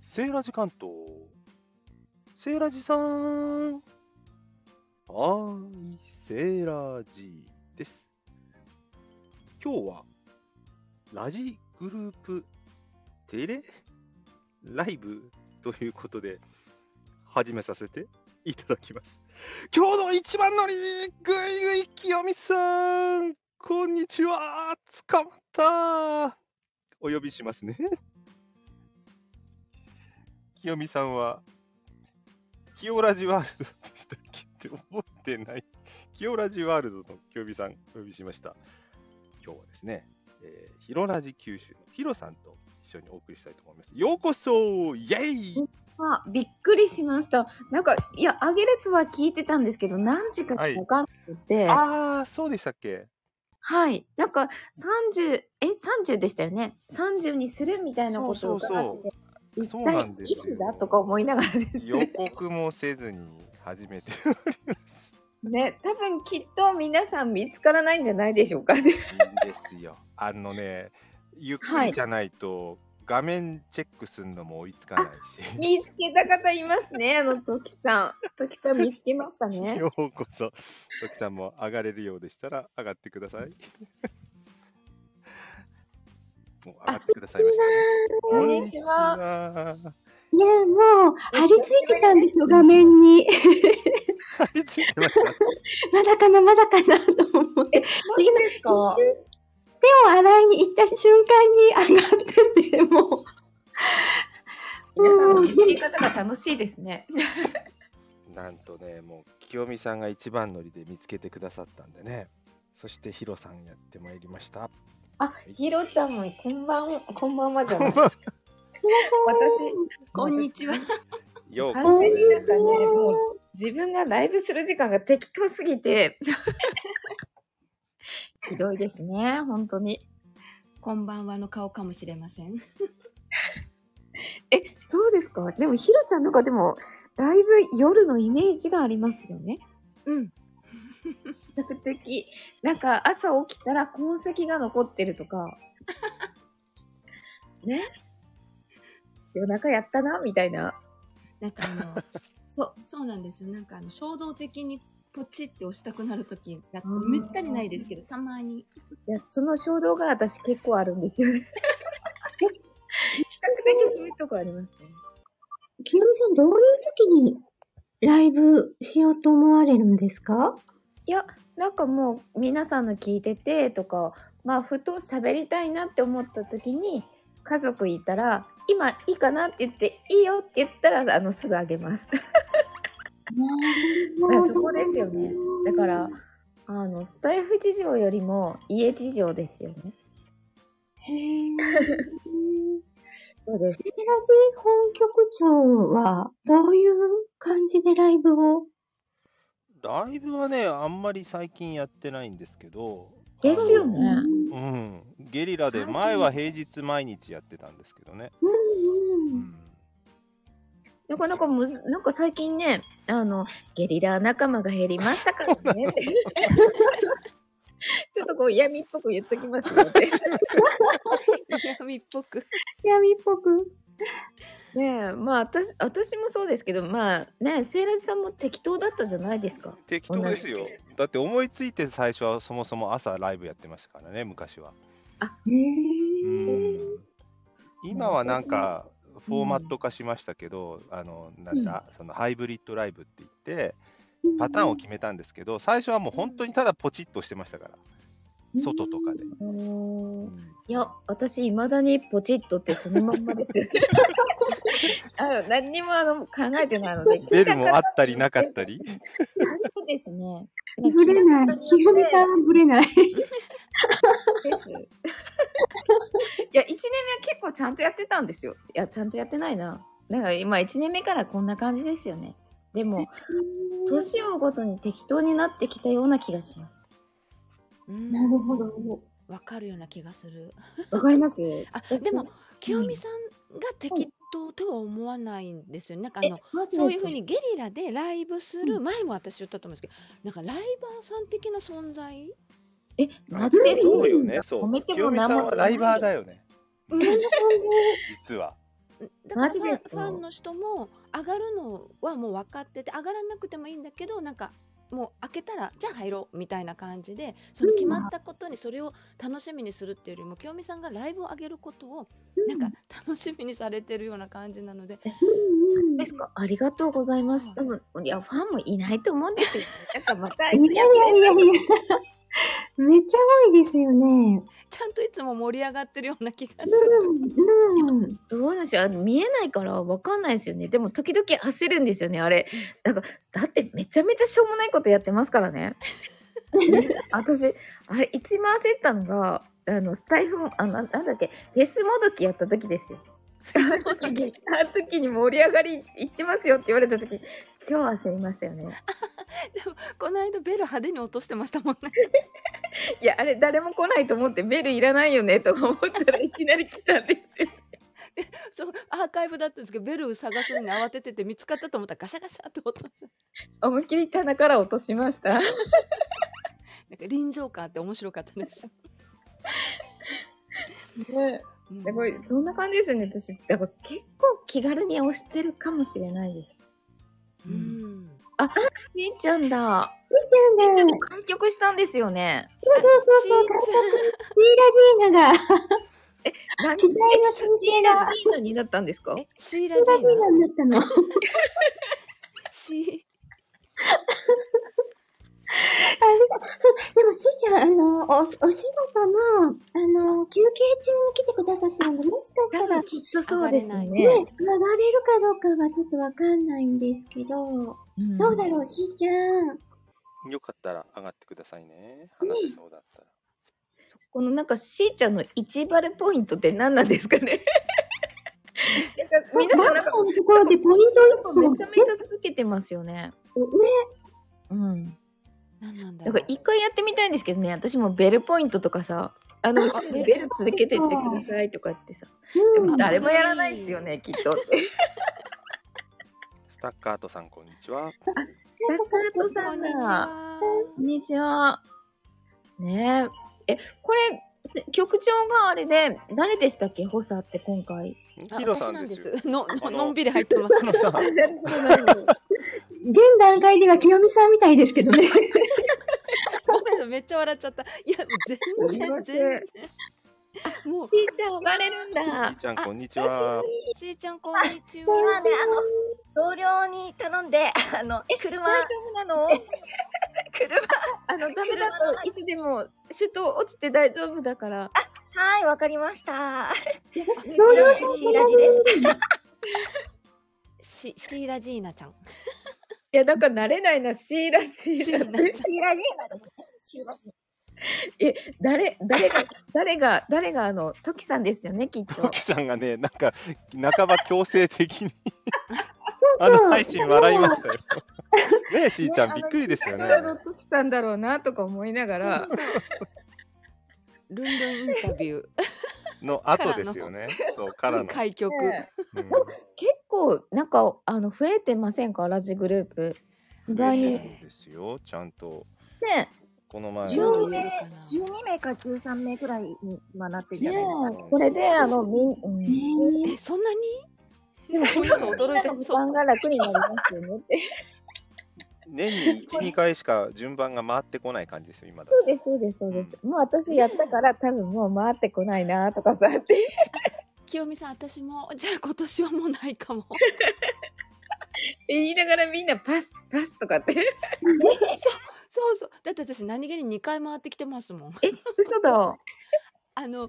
セーラジ関東。セーラジさん。はーい、セーラジです。今日は、ラジグループテレライブということで、始めさせていただきます。今日の一番乗り、ぐいぐいきよみさん。こんにちは。捕まった。お呼びしますね。清美さんは、清ラジワールドでしたっけって覚えてない。清ラジワールドの清美さん、お呼びしました。今日はですね、えー、ヒロラジ九州のヒロさんと一緒にお送りしたいと思います。ようこそイェイあ、びっくりしました。なんか、いや、あげるとは聞いてたんですけど、何時かはいわかんなくて、はい、あー、そうでしたっけなんか、30、え、30でしたよね。30にするみたいなことをそう伺そっうて、そう一な体んですいよつだとか思いながらです予ね。告もせずに始めております。 ね、多分きっと皆さん見つからないんじゃないでしょうか ね。いいんですよ。あのね、ゆっくりじゃないと画面チェックするのも追いつかないし。見つけた方いますね、あの、ときさん。ときさん見つけましたね。ようこそ、時さんも上がれるようでしたら上がってください。 もう上がってくださいましたね。こんにちは。は。いや、もう、張り付いてたんですよ、画面に。 はい、ついてました。まだかな、まだかな、と思って。で今、です一瞬、手を洗いに行った瞬間に上がってて、もう、皆さんの見つけ方が楽しいですね。なんとね、もう清美さんが一番乗りで見つけてくださったんでね。そしてヒロさんやってまいりました。あ、ひろちゃんもこんばんは、こんばんはじゃない。私、こんにちは。ようこ完そ全になでんすかね、もう自分がライブする時間が適当すぎ て、ひどいですね、本当に。こんばんはの顔かもしれません。え、そうですかでもひろちゃんなんかでも、だいぶ夜のイメージがありますよね。うん。比較的。なんか朝起きたら痕跡が残ってると か。ね夜中やったな、みたいな。なんかあの、 そう、そうなんですよ。なんかあの、衝動的にポチって押したくなるとき、なんかめったにないですけど、たまに。いや、その衝動が私結構あるんですよね。比較的そういうとこありますね。清美さん、どういう時にライブしようと思われるんですかいや、なんかもう皆さんの聞いててとか、まあふと喋りたいなって思った時に、家族いたら、今いいかなって言って、いいよって言ったら、あの、すぐあげます。るほどそこですよねだから、あの、スタイフ事情よりも家事情ですよね。へ ーそセーうラジ本局長はどういう感じでライブをライブはね、あんまり最近やってないんですけど。ですよね。うん、ゲリラで、最近前は平日毎日やってたんですけどね。うんなかなかむず、なんか最近ね、あの、ゲリラ仲間が減りましたから ね。ちょっとこう闇っぽく言っときますの で。闇っぽく。闇っぽく。ねえ、まあ私、私もそうですけど、まあね、セイラジさんも適当だったじゃないですか。適当ですよ。だって思いついて最初はそもそも朝ライブやってましたからね、昔は。へうんえ。今はなんか、フォーマット化しましたけど、あの、なんだ、そのハイブリッドライブって言って、パターンを決めたんですけど、最初はもう本当にただポチッとしてましたから、外とかで。うんいや、私、いまだにポチッとってそのまん まですよ。あの何にもあの考えてないので。ベルもあったりなかったり。そうですね。ぶれない。きよみさんはぶれない。です。いや、1年目は結構ちゃんとやってたんですよ。いや、ちゃんとやってないな。だから今、1年目からこんな感じですよね。でも、年を追うごとに適当になってきたような気がします。うんなるほ。ど。わかるような気がする。わかりますあ、えでもそ、清美さんが適当とは思わないんですよね。なんかあの、マジでそういうふうにゲリラでライブする前も私言ったと思うんですけど、なんかライバーさん的な存在え、マジでそうよね、そ褒うめ。て清も美何さもんはライバーだよね、そんな感実は。だかマらフジァでンすかファンの人も上がるのはもう分かってて上がらなくてもいいんだけどなんかもう開けたらじゃあ入ろうみたいな感じでその決まったことにそれを楽しみにするっていうよりも清美さんがライブを上げることをなんか楽しみにされてるような感じなのでですかありがとうございます。多分いや、ファンもいないと思うんですよ。なんかまた、いやいやいやいや。めっちゃ多いですよね。ちゃんといつも盛り上がってるような気がす る。うん、うん。どうなんでしょうあの見えないからわかんないですよね。でも時々焦るんですよね、あれ。だから、だってめちゃめちゃしょうもないことやってますからね。ね私、あれ、一番焦ったのが、あの、スタイフも、あの、ななんだっけ、フェスもどきやった時ですよ。あの時に盛り上がり行ってますよって言われた時、超焦りましたよね。この間ベル派手に落としてましたもんね。いや、あれ、誰も来ないと思って、ベルいらないよね、とか思ったらいきなり来たんですよ。そうアーカイブだったんですけどベル探すのに慌ててて見つかったと思ったらガシャガシャって落として思いっきり棚から落としました。なんか臨場感あって面白かったです。うんすごい、そんな感じですよね、私。だから結構気軽に押してるかもしれないです。うんしんちゃんだ。みーちゃんだ。開局したんですよね。そうそうそうそう。ジーラジーナが、何期待の申請が、いいのになったんですかえシーラジジーラジーーナナになったの。シあれだ、そう、でもしーちゃん、あの、お、お仕事の、あの、休憩中に来てくださったので、もしかした多ら、分ね、きっとそうですね。上がれるかどうかはちょっとわかんないんですけど、うんどうだろう、しーちゃん。よかったら上がってくださいね。話せそうだったら。このなんかしーちゃんの一バレポイントって何なんですか ねなんかそう、皆さんなバんンかさんのところでポイント1個めもちゃめちゃ続けてますよね。うん。ー何なんだだかろら一回やってみたいんですけどね、私もベルポイントとかさ、あの、あベル続けてってくださいとか言ってさ、でうもん。誰もやらないですよね、きっ と。スタッカートさん、こんにちは。サクサトうさこんんにちだ。は。こんにちは。ねえ。え、これ、せ局長があれで、誰でしたっけ補佐って今回。あヒロさ私んなんでですすよ。。のあのののんびり入ってます。あのさ、現段階では清美さんみたいですけどね。ごめんなさいめっちゃ笑っちゃった。いや全然全然。もうしーちゃん、バレるんみだー。ちゃん、あこんにちは。しーちゃんこんにちこれはは。ね、あの、同僚に頼んで、あの、車、大丈夫なの車、あの、ダメだといつでも首都落ちて大丈夫だから。はい、わかりました。同僚シさんーラジです。しシーラジーナちゃん。いや、だから慣れないな、シーラシーラシーラシーラジーナですね。シーラジー誰、誰が、誰が、誰があの、トキさんですよね、きっトと。キさんがね、なんか、半ば強制的にあの配信笑いましたよ。ねえ、しーちゃん、びっくりですよね。あのトキさんだろうな、とか思いながら。ルンルンインタビュの後ですよね。そう、からーの。開局。うん結構なんかあの増えてませんかラジグループ意外そにうですよ、ちゃんと。ねこの前。 12言えるかなナ。12名か13名くらいに今なってんじねゃないですか。これであのみん、うん、えそんなに？でもこそうそう驚いての負担が楽 になりますよねって年に1、2回しか順番が回ってこない感じですよ、今だとそうですそうですそうですもう私やったから多分もう回ってこないなとかさって清美さん私もじゃあ今年はもうないかも。言いながらみんなパスパスとかってそうそう。だって私何気に二回回ってきてますもん。 え嘘だあの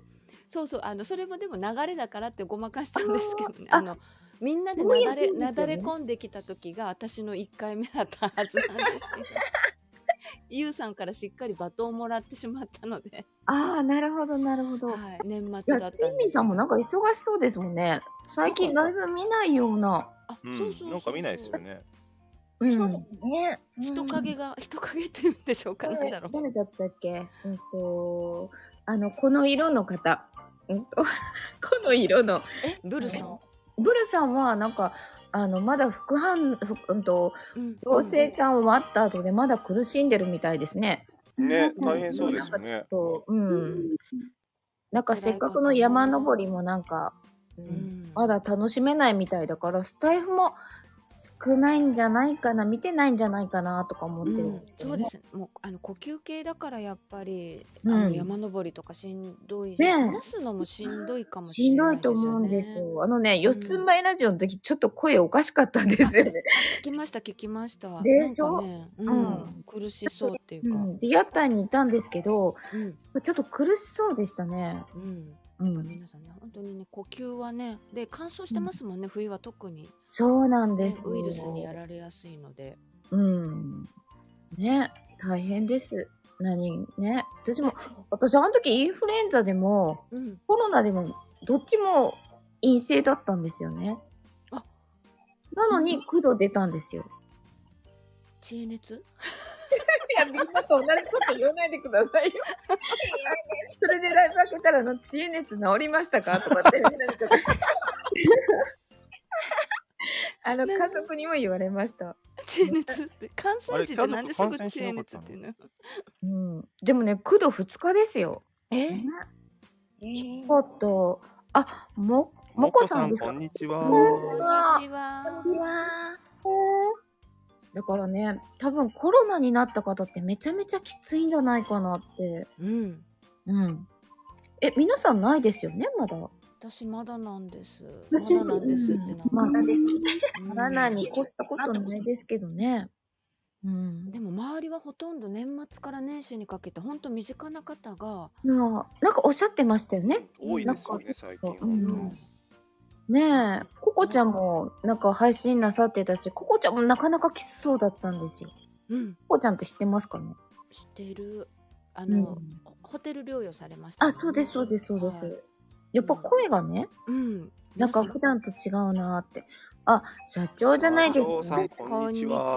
そうそうあのそれもでも流れだからってごまかしたんですけどね。ああーのみんなでそういやなだれ、そうですなよだねれ込んできた時が私の一回目だったはずなんですけど。ゆうさんからしっかり罵倒をもらってしまったので、ああなるほどなるほどいはい、年末だやっチたンミーさんもなんか忙しそうですもんね最近ライブ見ないようなあ、うんそうそうそうなんか見ないですよね。うんそうですね。人影が、人影って言うんでしょうか、なんだろう。誰だったっけうんとあのこの色の方うん とこの色のえ、ブルさん。ブルさんはなんかあのまだ副反副うんとうん妖精ちゃんを割った後でまだ苦しんでるみたいですね。ね、大変そうですよね。とうん。なんかせっかくの山登りもなんかうんまだ楽しめないみたいだから、スタイフも少ないんじゃないかな、見てないんじゃないかなとか思ってるんですけど、そうねですもうあの呼吸系だからやっぱり、うんあの山登りとかしんどいし、ねえ話すのもしんどいかもししれんどいないですとよね。思うんですよ。あのね、ん四つん這いラジオの時、ちょっと声おかしかったんですよね。聞きました聞きました。でなんしょかね、うんうん苦しそうっていうか、うんリアタイにいたんですけど、うんちょっと苦しそうでしたね。うん、うん、皆さんね本当にね呼吸はねで乾燥してますもんね、冬は特に、ねそうなんですよ。ウイルスにやられやすいので。うん。ね、大変です。何ね、私も、私あの時インフルエンザでも、うん、コロナでも、どっちも陰性だったんですよね。あなのに、苦度出たんですよ。知恵 熱？いや、みんなと同じこと言わないでくださ いよ。それでライブ開けたら、あの、知恵熱治りましたかとかってみんなに 言ってたあの、家族にも言われました。知恵熱 って関あれ西人ってなんですぐ知恵家族熱っ感て染いしうの？うん。でもね、苦度2日ですよ。えねえコと、あ、も、もこさんですこかんにちこはん。にちは。こんにちは。だからね、多分コロナになった方ってめちゃめちゃきついんじゃないかなって。うん。うん。え、皆さんないですよね、まだ。私まだなんです。ま私だなんですってなんか。まだです。うんならないに越したことないですけどね。うん。でも周りはほとんど年末から年始にかけて本当身近な方が、なあなんかおっしゃってましたよね。多いですよね、最近。うん本ねえ、ココちゃんもなんか配信なさってたし、ココちゃんもなかなかきつそうだったんですよ。うん、ココちゃんって知ってますかねしてるあうんの、ホテル療養されましたもあ、んね、そうです、そうです、そうではいす。やっぱ声がね、うん。なんか普段と違うなーって。あ、社長じゃないですあ社長さか。んこんにちはこ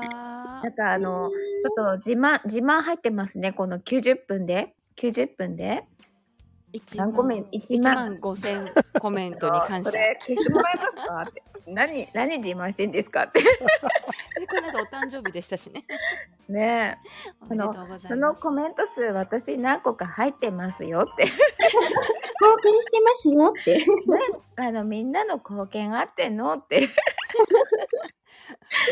なにんちはかあの、ちょっと自慢、自慢入ってますね。この90分で。90分で。一何個目 ?1 一万。万五千コメントに感謝。それ消してもらえますかって。何、何自慢してんですかって。でこの間お誕生日でしたし ね。ねえ。おめでとうございます。そのコメント数私何個か入ってますよって。貢献してますよって。あの、みんなの貢献あってんのって。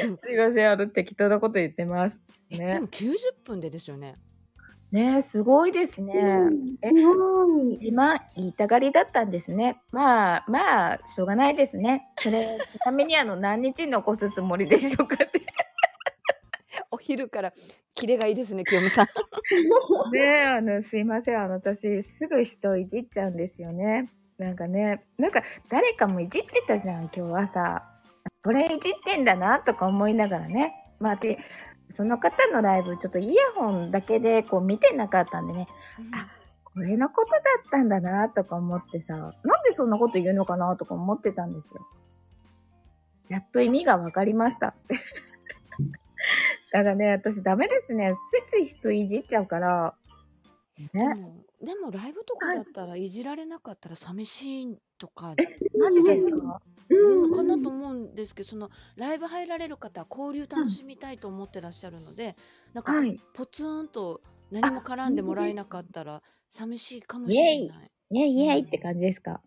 でもすいません、あの、適当なこと言ってます。えねでも九十分でですよね。ねえ、すごいですね。うんすごい。自慢言いたがりだったんですね。まあまあしょうがないですね。それちなみにあの何日残すつもりでしょうかって。お昼からキレがいいですね、清美さん。ねえあのすいませんあの私すぐ人いじっちゃうんですよね。なんかねなんか誰かもいじってたじゃん今日朝。これいじってんだなとか思いながらね。まあでその方のライブちょっとイヤホンだけでこう見てなかったんでねあこれのことだったんだなとか思ってさ、なんでそんなこと言うのかなとか思ってたんですよ。やっと意味が分かりました。 だからね、私ダメですね。ついつい人いじっちゃうから。でね。もでもライブとかだったらいじられなかったら寂しいとか、マジですかうん。かなと思うんですけどそのライブ入られる方は交流楽しみたいと思ってらっしゃるので、なんかはい。ポツンと何も絡んでもらえなかったら寂しいかもしイエイれない。イェイイェイって感じですか。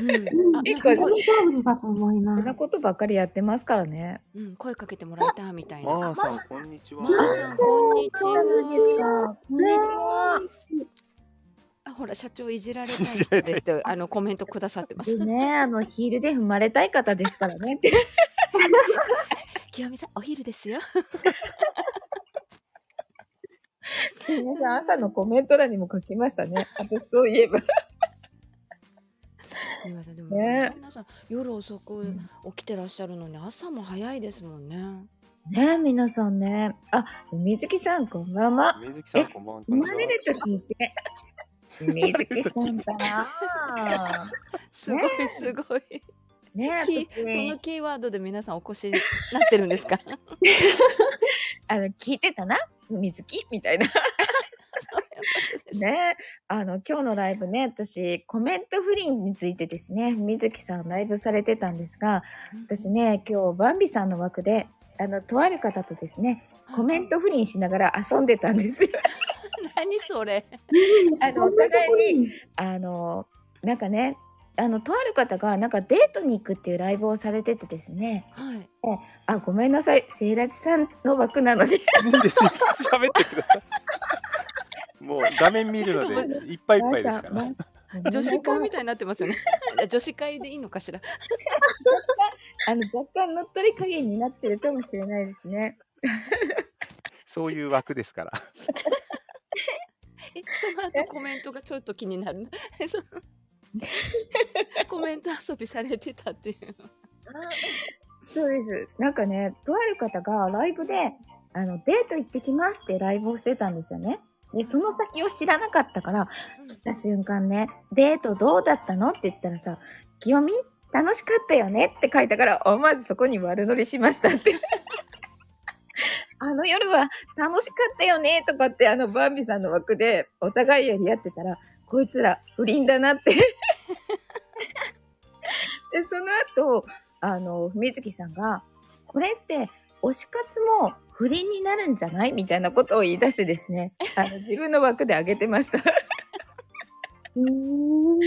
うん、うんあ、なん結か構声、通りだと思いそんまなす。ことばっかりやってますからね。うん、声かけてもらいたいみたい当にな。まーさん、こんにちは。まーさん、こんにちは。か。こんにちは。あ、ほら、社長いじられたい人ですって、 あのコメントくださってますで。ね、あの、ヒールで踏まれたい方ですからね。って清美さん、お昼ですよ。皆さん朝のコメント欄にも書きましたね。私そういえば。すみません、でも、ね皆さん、夜遅く起きてらっしゃるのに、朝も早いですもんね。ねえ、皆さんね。あ、水木さん、こんばんは。水木さん、こんばんは。こ生んにちまはれると聞いて。水木さんだ なぁ。すごい、すごい。ねキーえ、その私、キーワードで皆さんお越しになってるんです かあの、聞いてたな。水木みたいな。 ねえ、あの、今日のライブね、私、コメント不倫についてですね、水木さんライブされてたんですが、私ね、今日、バンビさんの枠で、あの、とある方とですね、コメント不倫しながら遊んでたんですよ。何それあの、お互いに、あの、なんかね、あのとある方がなんかデートに行くっていうライブをされててですねはい。あごめんなさいセイラジさんの枠なのでいいんですよ。喋ってください。もう画面見るのでいっぱいいっぱいです から。まあ女子会みたいになって ますよね。女子会でいいのかしら。あの若干乗っ取り加減になってるかもしれないですね そういう枠ですから。えその後コメントがちょっと気になるな。 えそのコメント遊びされてたっていう。そうですなんかねとある方がライブであのデート行ってきますってライブをしてたんですよねでその先を知らなかったから来た瞬間ね、デートどうだったのって言ったらさ、清美楽しかったよねって書いたから、思わずそこに悪乗りしましたって。あの夜は楽しかったよねとかってあのバービーさんの枠でお互いやり合ってたら、こいつら不倫だなって。で、その後、あの、みずきさんが、これって推し活も不倫になるんじゃないみたいなことを言い出してです ね、あの自分の枠で上げてました。うーん。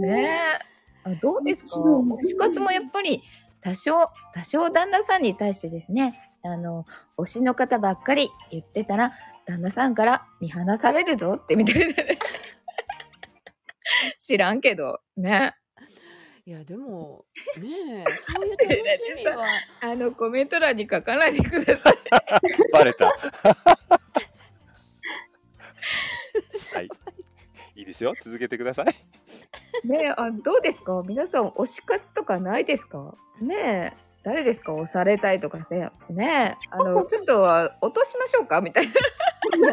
ねえ。あどうですか面白推いし活もやっぱり多少、多少旦那さんに対してですね、あの、推しの方ばっかり言ってたら、旦那さんから見放されるぞってみたいなね。 知らんけど、ね。いや でもねえそういう楽しみは。あの、コメント欄に書かないでください。バ レた。はい。いいですよ。続けてください。ねえあどうですか皆さん、推し活とかないですかねえ。誰ですか押されたいとかね。ねえ。あ の、ちょっとは落としましょうかみたいな。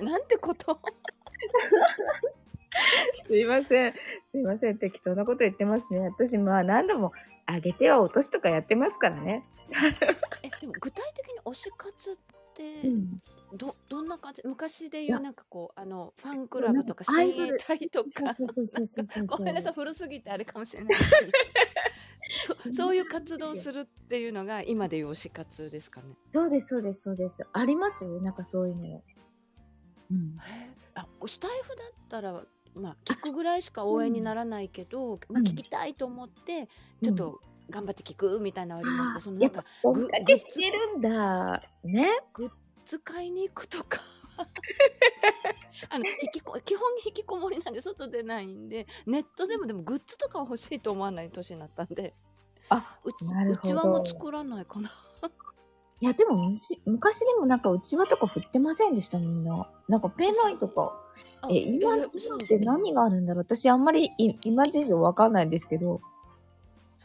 ななんてこと。すいません。すいません。適当なこと言ってますね。私、まあ何度も上げては落としとかやってますからね。 えでも具体的に推し活ってん、どどんな感じ昔でい言やうなんかこうあのファンそクうラブとかなんかアイ親ド衛ル隊とか。そうそうそうそうそうそう。ごめんなさい古すぎてあれかもしれないです けどそそういう活動をするっていうのが今でいう推し活ですかね。そうです、そうです、そうです。ありますよ。なんかそういうの。うん、あスタイフだったら、まあ、聞くぐらいしか応援にならないけど、まあ、うん聞きたいと思って、ちょっと頑張って聞くみたいなのはありますけど、そのなやんっぱか、追っかけしてるんだ。ね。使いに行くと かあの引きこ基本引きこもりなんで外出ないんでネットでもでもグッズとかは欲しいと思わない年になったんであ、うちなるうほちどはもう作らないかな。いや、でもむし昔でもなんかうちわとか振ってませんでした、みんな。なんかペンライトとか。あえ、今今いやっそうですてね何があるんだろう私あんまりい今事情わかんないんですけど。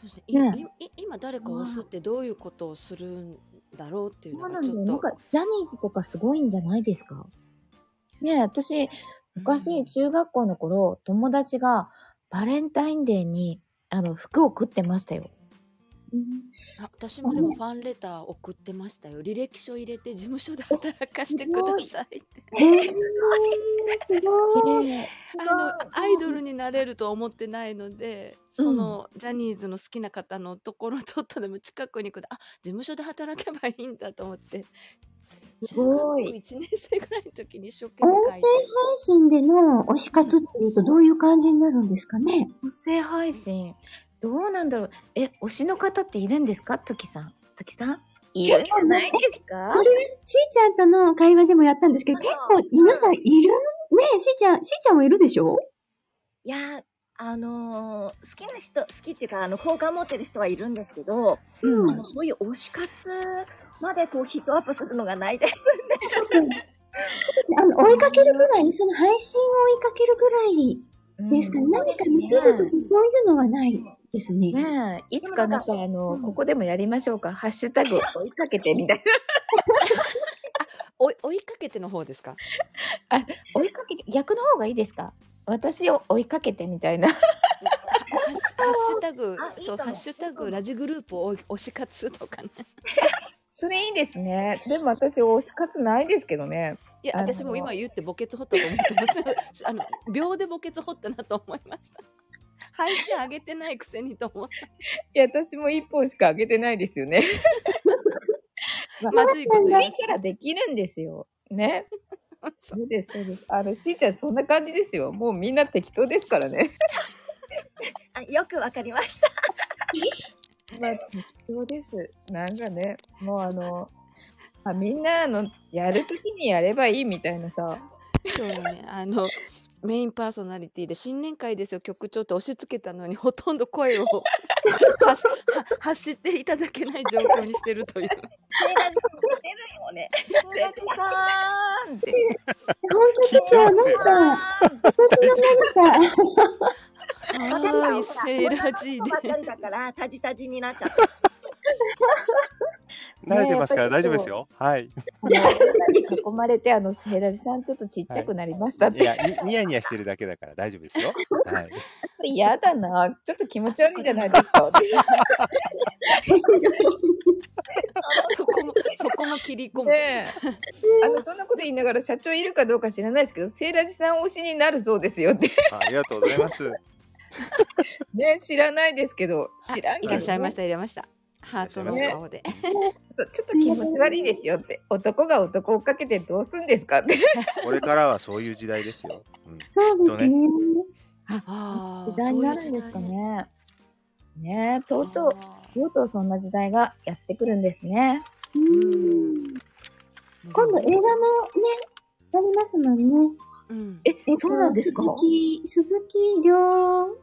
そうですねいねいい今誰かを押すってどういうことをするんだろうっていうそうのなんがだちょよ。っなんとか、ジャニーズとかすごいんじゃないですかねえ、私、う昔、ん中学校の頃、友達がバレンタインデーに、あの、服を食ってましたよ。あ私もでもファンレター送ってましたよ履歴書入れて事務所で働かせてくださいってえー、すごい。ねあのアイドルになれるとは思ってないのでその、ジャニーズの好きな方のところちょっとでも近くに行くとあ事務所で働けばいいんだと思ってすごい中学校1年生ぐらいの時に一生懸音命声書い配て信での推し活っていうとどういう感じになるんですかね音声配信。どうなんだろうえ、推しの方っているんですかトキさん。トキさんいるんじゃないですかそれ、しーちゃんとの会話でもやったんですけど、結構皆さんいるねえ、しーちゃん、しーちゃんもいるでしょいや、あのー好きな人、好きっていうか、あの、好感持ってる人はいるんですけど、うあの、そういう推し活までこうヒットアップするのがないです。 あの、追いかけるぐらい、その配信を追いかけるぐうんらいですかね。うん何か見てるとか、そういうのはないですね。ねえ、いつかなんかあの、ここでもやりましょうか。ハッシュ タグ追いかけてみ たい追い追いかけての方ですかな。追いかけて、逆の方がいいですか私を追いかけてみたいな。ハッシュハッシュタグあいいそうかもハッシュタグラジグループを推推し活と かね それいいですね。でも私、推し活ないですけどね。いやあの私も今言って墓穴掘ったと思ってますあの秒で墓穴掘ったなと思いました配信上げてないくせにと思っていや、私も一本しか上げてないですよ ね。まずいこと言ないいからできるんですよ。ね。ましたそうです、そうです。あの、しーちゃん、そんな感じですよ。もうみんな適当ですからね。あいよくわかりました。まあ、適当です。なんかね、もうあの、あみんなあの、やるときにやればいいみたいなさ、今日のね、あの、メインパーソナリティで新年会ですよ、局長って押し付けたのに、ほとんど声を発しは発していただけない状況にしてるという。メガネも出るよ ね。さーんって、 本当にじゃあなんか、今年の何か、はーい、セーラー G ジで。だから、タジタジになっちゃった。ね慣れてますからやっぱ大り丈夫ちょっでとすよ。はい。あの囲まれて、あの、セイラジさんちょっとちっちゃくなりましたっいて、や、にニヤニヤしてるだけだから大丈夫ですよ。はい。 嫌だな、ちょっと気持ち悪いんじゃないですか。そこも、そこも切り込む。ねえあのそんなこと言いながら社長いるかどうか知らないですけど、セイラジさん推しになるそうですよって。ありがとうございます。ね、知らないですけど、あ知らんけどいね、らっしゃいましちた、いらっしゃいました。ハートの顔で。ょっとちょっと気持ち悪いですよって。男が男を追っかけてどうすんですかって。これからはそういう時代ですよ。うん そうですね。あー時代になるんですか。ね。ねえ、とうとう、とうとうそんな時代がやってくるんですね。うん今度映画もね、ありますもんね。うん。ええっと鈴木、鈴木亮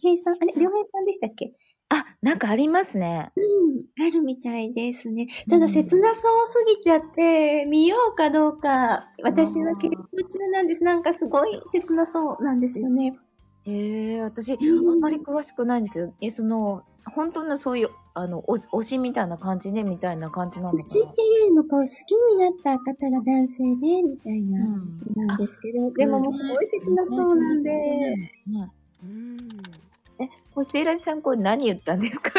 平さん、あれ亮平さんでしたっけあ、なんかありますね。うん、あるみたいですね。ただ、切なそうすぎちゃって、見ようかどうか、私は検討中なんです。なんかすごい切なそうなんですよね。ええ私、あんまり詳しくないんですけど、え、その、本当のそういう、あの、推し推しみたいな感じで、みたいな感じなのかうちっていうよりも、こう、好きになった方が男性で、みたいな、うんなんですけど、でももうすごい切なな。そうなんで、ね。うんこれ、セイラジさん、これ何言ったんですか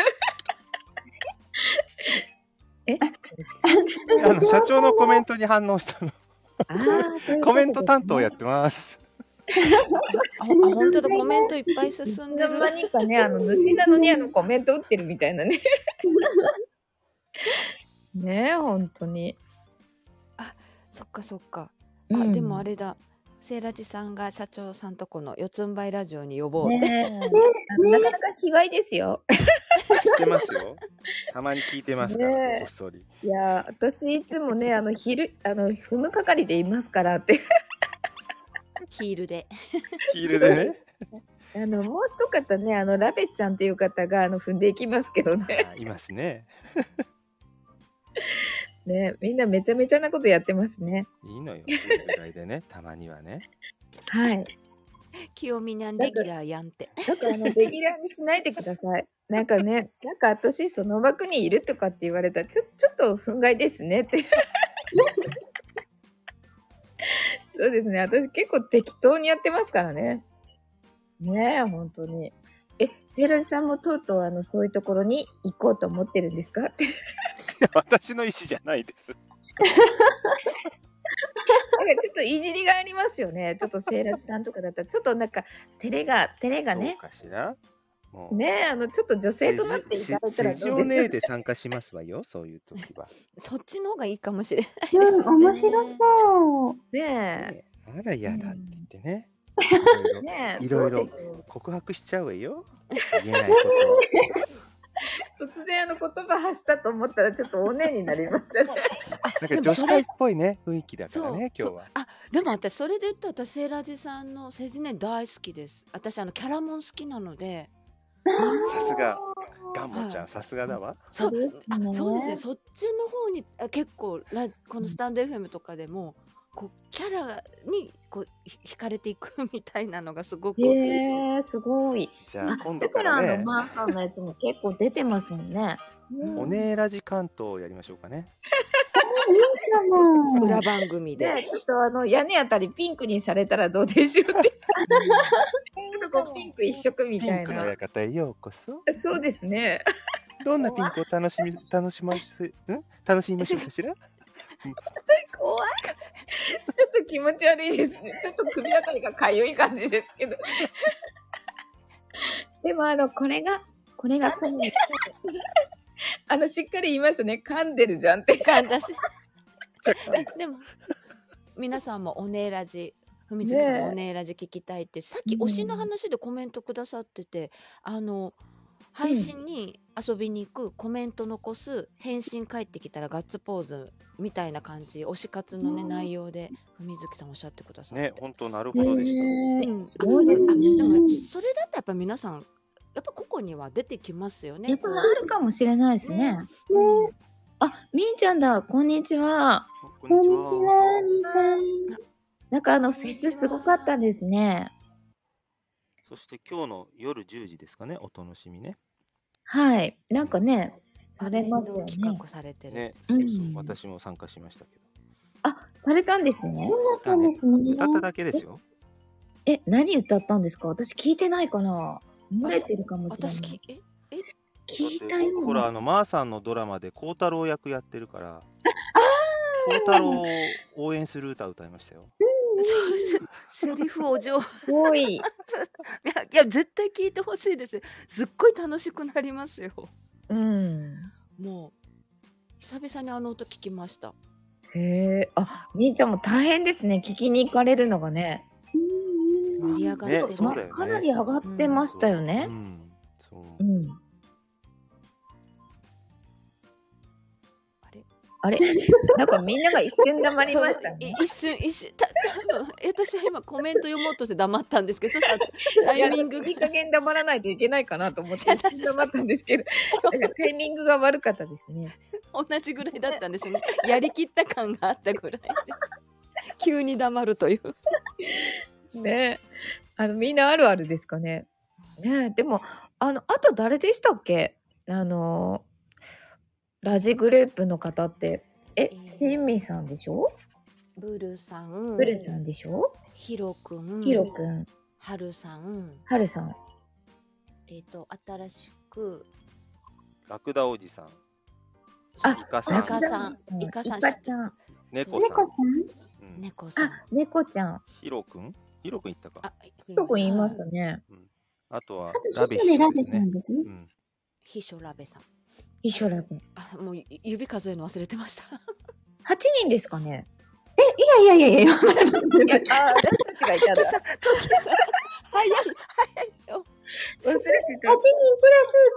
えあの社長のコメントに反応したの。あーそういうことですねコメント担当やってます。あ、ほあ本当だ、コメントいっぱい進んいでつるの。間にかね、あの、主なのにあの、コメント打ってるみたい なね。ねえ、本当に。そっかそっか。うあ、んでもあれだ。セイラジさんが社長さんとこの四つん這いラジオに呼ぼう。ねえなかなか卑猥ですよ。聞いてますよ。たまに聞いてますから、ねえこっそり。いやー、私いつもね、あの、昼、あの、踏む係でいますからって。ヒー ルで。ヒールでね。あの、もう一方ね、あの、ラベちゃんという方が、あの、踏んでいきますけどね。あいますね。ね、みんなめちゃめちゃなことやってますね。いいのよ。ぐらいで ね、たまにはね。はい。清美にゃんレギュラーやんって。だから、あの、レギュラーにしないでください。 なんかね、なんか私、その枠にいるとかって言われたら、ちょ、ちょっと憤慨ですねって。 そうですね、私結構適当にやってますからね。ねえ、本当に。え、セイラジさんもとうとう、あの、そういうところに行こうと思ってるんですかって。 私の意思じゃないです。なんかちょっといじりがありますよね。ちょっとセイラジさんとかだったら、ちょっとなんか、照れが、照れがね。そうかしら。もう。ねえ、あの、ちょっと女性となっていただいたせらどじうおで姉すかで参加しますわよ、そういう時は。そっちの方がいいかもしれない。うん、面白そう。ねねえあら嫌だって言ってね。え。ねえ、いろいろどうでしょう告白しちゃうわよ。言えないことを。突然あの言葉発したと思ったら、ちょっとおねえになりましたね。なんでかも女そ子れ会っぽいね、雰囲気だからそうね、今日は。あでも私それで言ったら私セーラージさんのセジネ大好きです私あのキャラモン好きなので さすが、ガンモちゃはん、さすがだわ。そうそうですあねそうですねそっちの方にあ結構ラジこのスタンド FM とかでもこうキャラにこうひ惹かれていくみたいなのがすごく、へえすごい。じゃあ、今度だかかららあの、ね、マーさんのやつも結構出てますもんね。おねえラジ関東やりましょうかね。しかも、裏番組で、で、ちょっとあの、屋根あたりピンクにされたらどうでしょうって。ちょっとこうピンク一色みピたンいクのな。館へようこそ。そうですね。どんなピンクを楽しみ、楽しませ、ん楽しみましょうかしら怖い。ちょっと気持ち悪いですね。ちょっと首あたりがかゆい感じですけど。 でもあの、これが、これが、あの、しっかり言いましたね。噛んでるじゃんって。感じだし じゃあでも皆さんもおねえラジ文月さんねえもねラジ聞きたいってさっき推しの話でコメントくださってて、あの配信に遊びに行くコメント残す返信返ってきたらガッツポーズみたいな感じ推し活のね、内容で文月さんおっしゃってくださって、ね、本当なるほどでした。うんすごいですね。でもそれだったらやっぱ皆さんやっぱ個々には出てきますよねやっぱあるかもしれないですね。こうあ、みーちゃんだ。こんにちは。ここんにちは、みーさん。なんかあのこフんにェちはスすごかったですね。そして今日の夜10時ですかね、お楽しみね。はい。なんかね、あされますよね連動企画されてる、ね、そうそう、うん私も参加しましたけど。あ、されたんですね。そうだったんですね。歌っただけですよ。え、何歌ったんですか私聞いてないかな漏れてるかもしれない。私聞きえいたようほら、あな。の、まーさんのドラマで孝太郎役やってるから、孝太郎を応援する歌歌いましたよ。 そうセリフお上手すごい。いやいや絶対聞いてほしいですすっごい楽しくなりますようん。もう久々にあの音聞きましたへえ。あ、みーちゃんも大変ですね。聞きに行かれるのがね。盛り上がってねる、そうだよねかなり上がってましたよねう。ん、そう。うん。あれあれなんかみんなが一瞬黙りました いね。一瞬一瞬た多分私は今コメント読もうとして黙ったんですけどそしたらタイミングがいい加減黙らないといけないかなと思って一瞬黙ったんです けど、なんかタイミングが悪かったですね。同じぐらいだったんですねやりきった感があったぐらいで急に黙るというねあの、みんなあるあるですかね。ねでも、あの、あと誰でしたっけあの、ラジグループの方って、え、チーミーさんでしょブルさんブルさんでしょヒロくんヒロくん、ハルさんハルさん。えっ、と新しくラクダおじさん。あイカさイカん。さんイカさんイカちゃん。猫さ猫んさ。んうん猫さんあ、猫ちゃん。ヒロ君ヒロ君行ったか。あヒロくんいましたね。あとは多、ラ分、秘ベ書でラでベすさんね。ですねう。ん。秘書ラベさん秘書ラブ。あもうゆ指数えるの忘れてました8人ですかねいやいやいやいや、い や、あー、私たちがいたんだ。早い私たち8人プラス、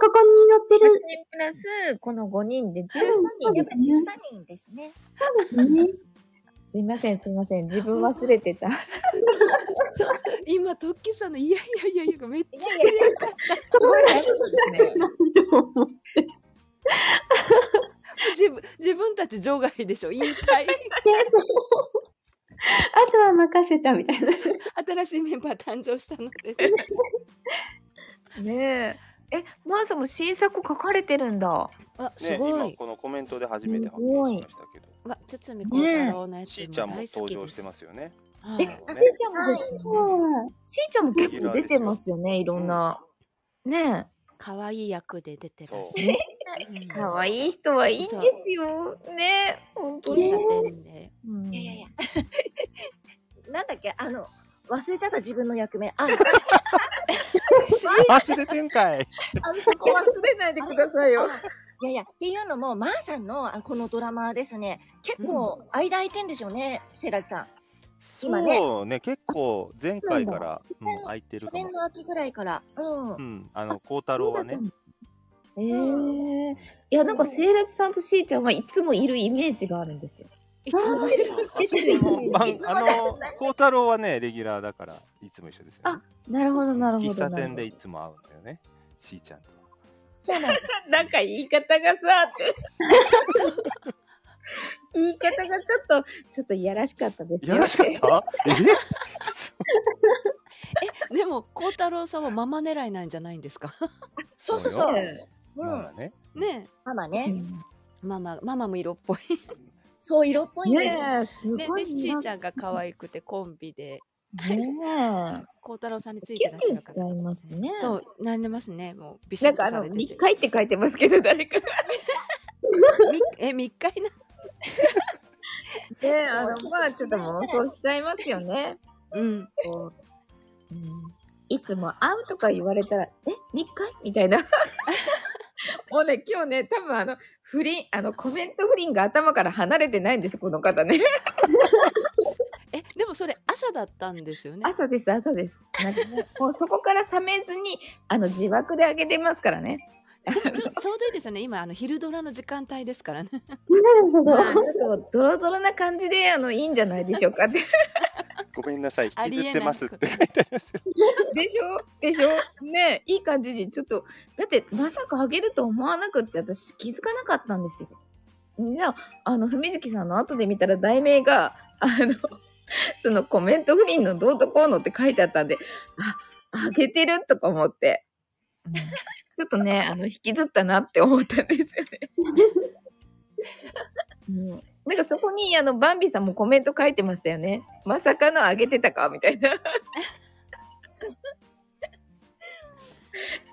ここに乗ってる。人プラス、この5人で13そ人うでですす。 13人ですね。そうですね。すいません、すいません。自分忘れて た。今トッキーさんのいやいやいやいやめっちゃそこがですね。自分自分たち場外でしょ引退あとは任せたみたいな。新しいメンバー誕生したのでねえ。え、マーさんも新作書かれてるんだ。あね、すご今いこのコメントで初めて発表しましたけど、わ堤幸太郎のやしつーちゃんもも大好登き場でしてすますよね。はえ、しいーねちゃんもですね。そうしーちゃんも結構出てますよね、いろんな。ね可愛い役で出てらっしゃそるうんえ。可愛い人はいいんですよ。ねえ。本当喫に。茶店でうんいやいやいや。 なんだっけ、あの、忘れちゃった自分の役目。あ、 あ忘れてんかい。そこ忘れないでくださいよ。いやいや、っていうのも、まー、さんのあこのドラマはですね、結構、間空いてんですよね、セラキさん。今ねそうね、結構前回から、うん、空いてる去かも年。の秋ぐらいから。うん。うん、あの、孝太郎はね、ええ。いや、なんか、セイラジさんとしーちゃんはいつもいるイメージがあるん ですよ。いつもあそ この番あの、孝太郎はね、レギュラーだから、いつも一緒ですよ、ね。なるほど、なるほど。喫茶店でいつも会うのよね、しーちゃんと。そうなんです。なんか言い方がさ、 って。言い方がちょっと、ちょっといやらしかったですいやらしかったええでも孝太郎さんはママ狙いなんじゃないんですかそうそうそそうう。うまんあ。ね。ねママうね。んえママママも色っぽいそう、色っぽいんです。ねえ、すねごでいしーちゃゃんが可愛くてコンビでね孝太郎さん につえ。いキュてらンっキュしゃンるし方ちゃいますね。そう、なりますね。もう、ビシなッんとかあさの、れて密て。会って書いてますけど、誰か。 みえ、密会な。ねえ、あの、まあ、ちょっと妄想しちゃいますよね。うん。こう、うん、いつも会うとか言われたら、え、3日みたい な。もうね、今日ね、多分あの、不 倫、あの、コメント不倫が頭から離れてないんです、この方ね。え、え、でもそれ朝だったんですよね。朝です、朝です。なんかねもうそこから冷めずに、あの、自爆であげてますからね。でもちょちょうどいいですよね。今あの昼ドラの時間帯ですか らね。るほど。まあちょっと、ドロドロな感じで、あの、いいんじゃないでしょうかって。ごめんなさい、あ引きりずっえてなまいすって書いてありますよ。でしょでしょねいい感じに、ちょっと、だって、まさかあげると思わなくって、私気づかなかったんですよ。じゃあ、あの、文月さんの後で見たら、題名が、あの、そのコメント不倫のどうとこうのって書いてあったんで、あ、あげてるとか思って、うんちょっとね、あの、引きずったなって思ったんですよね。うんなんかそこに、あの、バンビさんもコメント書いてましたよね。まさかのあげてたかみたいな。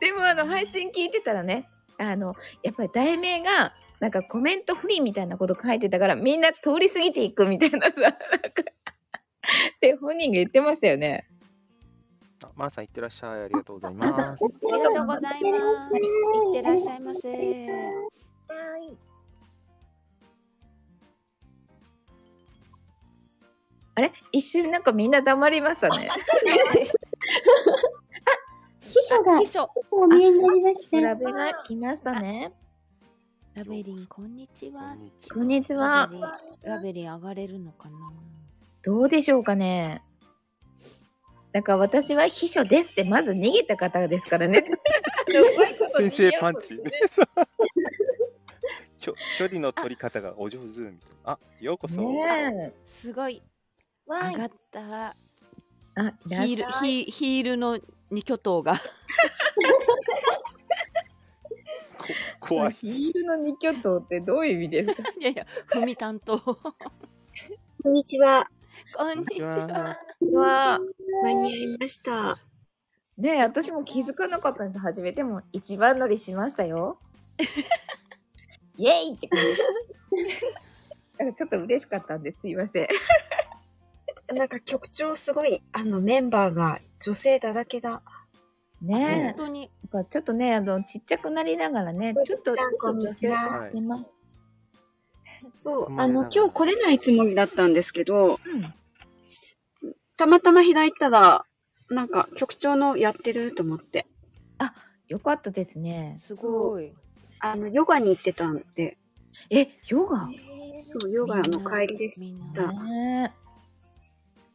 でもあの配信聞いてたらねあのやっぱり題名がなんかコメント不倫みたいなこと書いてたからみんな通り過ぎていくみたいなさなんかって本人が言ってましたよね。あマーさん、いってらっしゃい。ありがとうございマーさんまおす疲。ありがとうございます。いってらっしゃいませ。はい。あれ一瞬なんかみんな黙りましたね。秘書が秘書お見えになりまし調べた。が来ましたね。ラベリンこんにちこはん。にちこんにちラはベ。リンラベリン上がれるのかな。どうでしょうかね。だから私は秘書ですってまず逃げた方ですからね。 先生パン チ。きょ距離の取り方がお上手みたいな。あ、ようこそ。ねえ。すごいわ上いが。った。あ、いらっしゃいヒールヒーヒールの二巨頭が こ怖い。ヒールの二巨頭ってどういう意味ですかいやいや踏み担当。ここんにちは。んにちは。わあ間に合いました。ねえ、私も気づかなかったんです。初めても一番乗りしましたよ。イエーイって感じ。なんかちょっと嬉しかったんです。すいません。なんか局長すごい、あのメンバーが女性だらけだ。ね本当にえ、なんかちょっとね、あの、ちっちゃくなりながらね、ちょっと、ちっちゃいちょっと女性こんにちは化してます。そこう、まあでなのの、今日来れないつもりだったんですけど、たまたま開いたら、なんか局長のやってると思って、よかったですね。すごい。あの、ヨガに行ってたんで、え、ヨガねそう、ヨガの帰りでしみんなた。え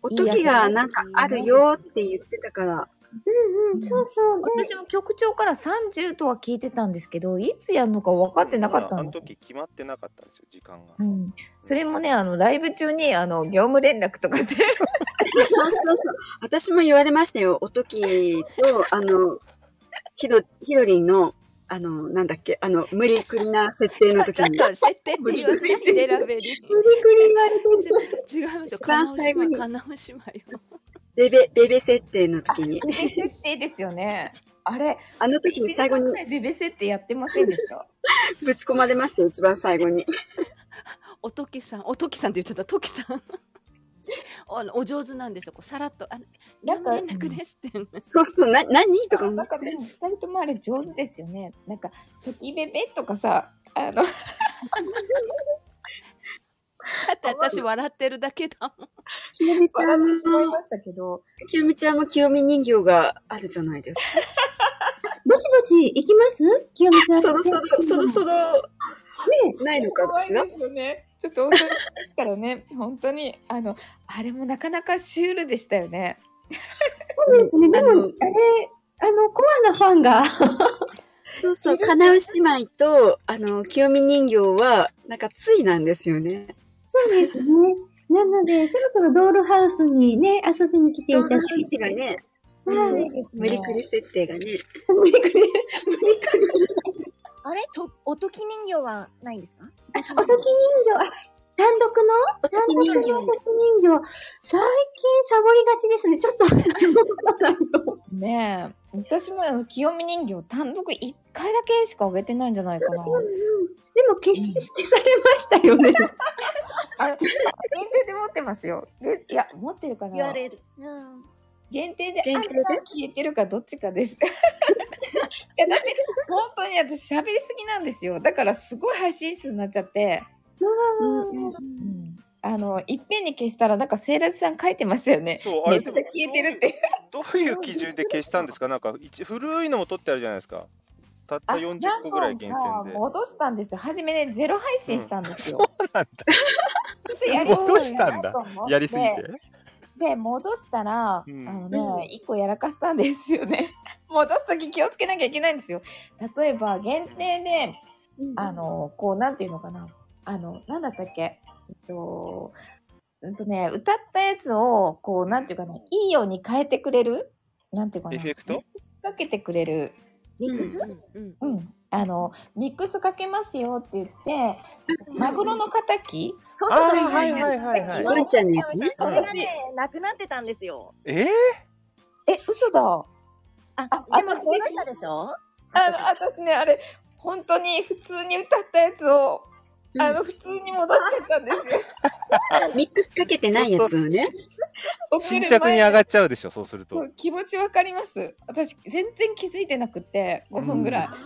おみんな時がなんかあるよって言ってたから、うんうん、そうそう。で、私も局長から30とは聞いてたんですけど、いつやるのか分かってなかったあんのですよ。時決まってなかったんですよ、時間が。うん、それもね、あの、ライブ中に、あの、業務連絡とかで、そうそうそう。私も言われましたよ。おときと、あの、ひろ、ひろりんの、あの、なんだっけ、あの、無理くりな設定の時ちょっに。と設定って言わないでラベリン。無理くりな違いますよ。一カ番ナウ最後姉に妹、カナウ姉妹よ。ベベ、ベベ設定の時に。ベベ設定ですよね。あれ、あの時に最後に一時間ぐらいベベ設定やってませんでした。ぶち込まれましたよ、一番最 後に。おときさん、おときさんって言っちゃった、ときさん。あのお上手なんですよ。こうさらっと、あの、業なんか務連絡ですって。そうそう、な、何となか思んっかでも二人ともあれ上手ですよね。なんか、時ベベとかさ、あの、だって私笑ってるだけだもん。きよみちゃ笑んってしまいも、ましたけど、きよみちゃんも清み人形があるじゃないですぼちぼち行きます清美さか。ん。そろそろ、そろそろ。ろ、ねないのか、怖いです私は。よね。ちょっと恐ろしいからね、本当に、あの、あれもなかなかシュールでしたよね。そうですね。でも、ああれの、あの、コアなファン が。そうそう、かなう姉妹と、あの、清み人形は、なんか、ついなんですよね。そうですね。なので、そろそろドールハウスにね、遊びに来ていドたーだルいハウスて。がね、はいうんですね無理くり設定がね、無理くり。あれと、おとき人形はないんですかおとき人形、あ、単独のおとき単独人の形。おとき人形。最近サボりがちですね。ちょっと、そうなんよねえ私もあの清見人形単独1回だけしかあげてないんじゃないかな。 でも、決して捨てされましたよね。あれ限定で持ってますよ。でいや、持ってるか言わな。れる。うん。限定で、あれ限か定で消えてるかどっちかです。い や、だって、本当に私喋りすぎなんですよ。だから、すごい配信数になっちゃって。ううんあの、いっぺんに消したら、なんか、セイラジさん書いてましたよね。そう、あれめっちゃ消えてるっでもて。どう どういう基準で消したんですかなんか、一古いのも取ってあるじゃないですか。たったあ40個ぐらい厳選で。何本か戻したんですよ。初めね、ゼロ配信したんですよ。なんだちょっとやり戻したんだようかなと思ってやりすぎて。で、戻したら、うんあのね、一個やらかしたんですよね。 戻すとき気をつけなきゃいけないんですよ。例えば、限定で、あの、こう、なんていうのかな。あの、なんだったっけ。えっと、うんとね、歌ったやつを、こう、なんていうかな、いいように変えてくれるなんていうかな。エフェクトかけてくれる。ミックスうんうん。あの、ミックスかけますよって言って、マグロの敵そうあそうそう。ーはいはいはいはい。ワンちゃんのやつね。それがね、なくなってたんですよ。えー、え、嘘だ。あ、あでも私こう出したでしょあの、私ね、あれ、本当に普通に歌ったやつを、あの、普通に戻っちゃったんですよ。ミックスかけてないやつをね。 新着に上がっちゃうでしょ、そうするそと。う気持ちわかります。私、全然気づいてなくて、5分ぐらい。うあー、えー、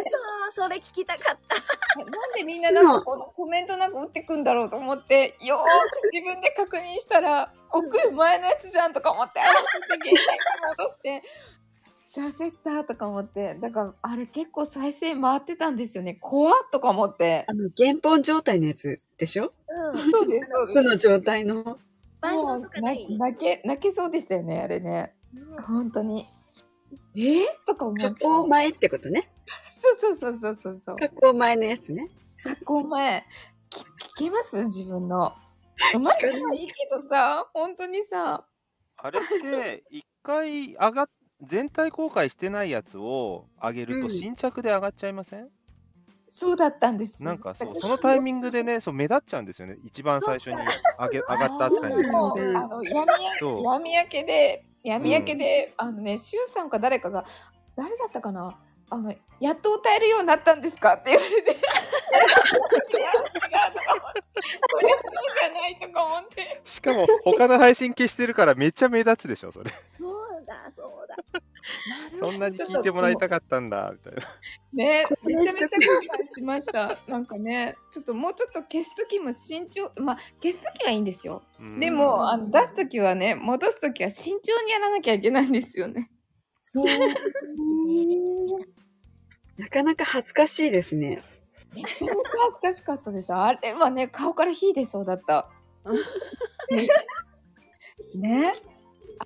嘘。それ聞きたかった。えなんでみんななんかこのコメントなんか打ってくんだろうと思って、よーく自分で確認したら、送る前のやつじゃんとか思って、あれ、ちょっと限界に戻して、じゃあ焦ったとか思って、だから、あれ結構再生回ってたんですよね。怖っとか思ってあ。の、原本状態のやつでしょうん。そうです、そうです素の状態の。伴奏とかない。もう泣け泣けそうでしたよねあれね本当にえー、とか思って加工前ってことね。そうそうそうそうそうそう加工前のやつね。学校前き聞けます自分のうまくはいいけどさ本当にさあれって、一回上がっ、全体公開してないやつを上げるとうん新着で上がっちゃいません、そうだったんですなんかそう、私そのタイミングでね、そう目立っちゃうんですよね。一番最初に上げ上がった扱いになっちゃうもうあの闇そうや闇明けで闇明けで、あのねしゅうさんか誰かが誰だったかなあのやっと歌えるようになったんですかって言 われて 違うこれそうじゃないとか思って。しかも、他の配信消してるからめっちゃ目立つでしょ、それ。そうだ、そうだ。そんなに聞いてもらいたかったんだ、みたいな。ね、めれちゃめしちゃと後く悔しました。 なんかね、ちょっともうちょっと消すときも慎重、まあ消すときはいいんですよ。うんでも、あの出すときはね、戻すときは慎重にやらなきゃいけないんですよね。そう。なかなか恥ずかしいですね。めちゃめちゃ恥ずかしかったです。あれはね、顔から火出そうだった。ね。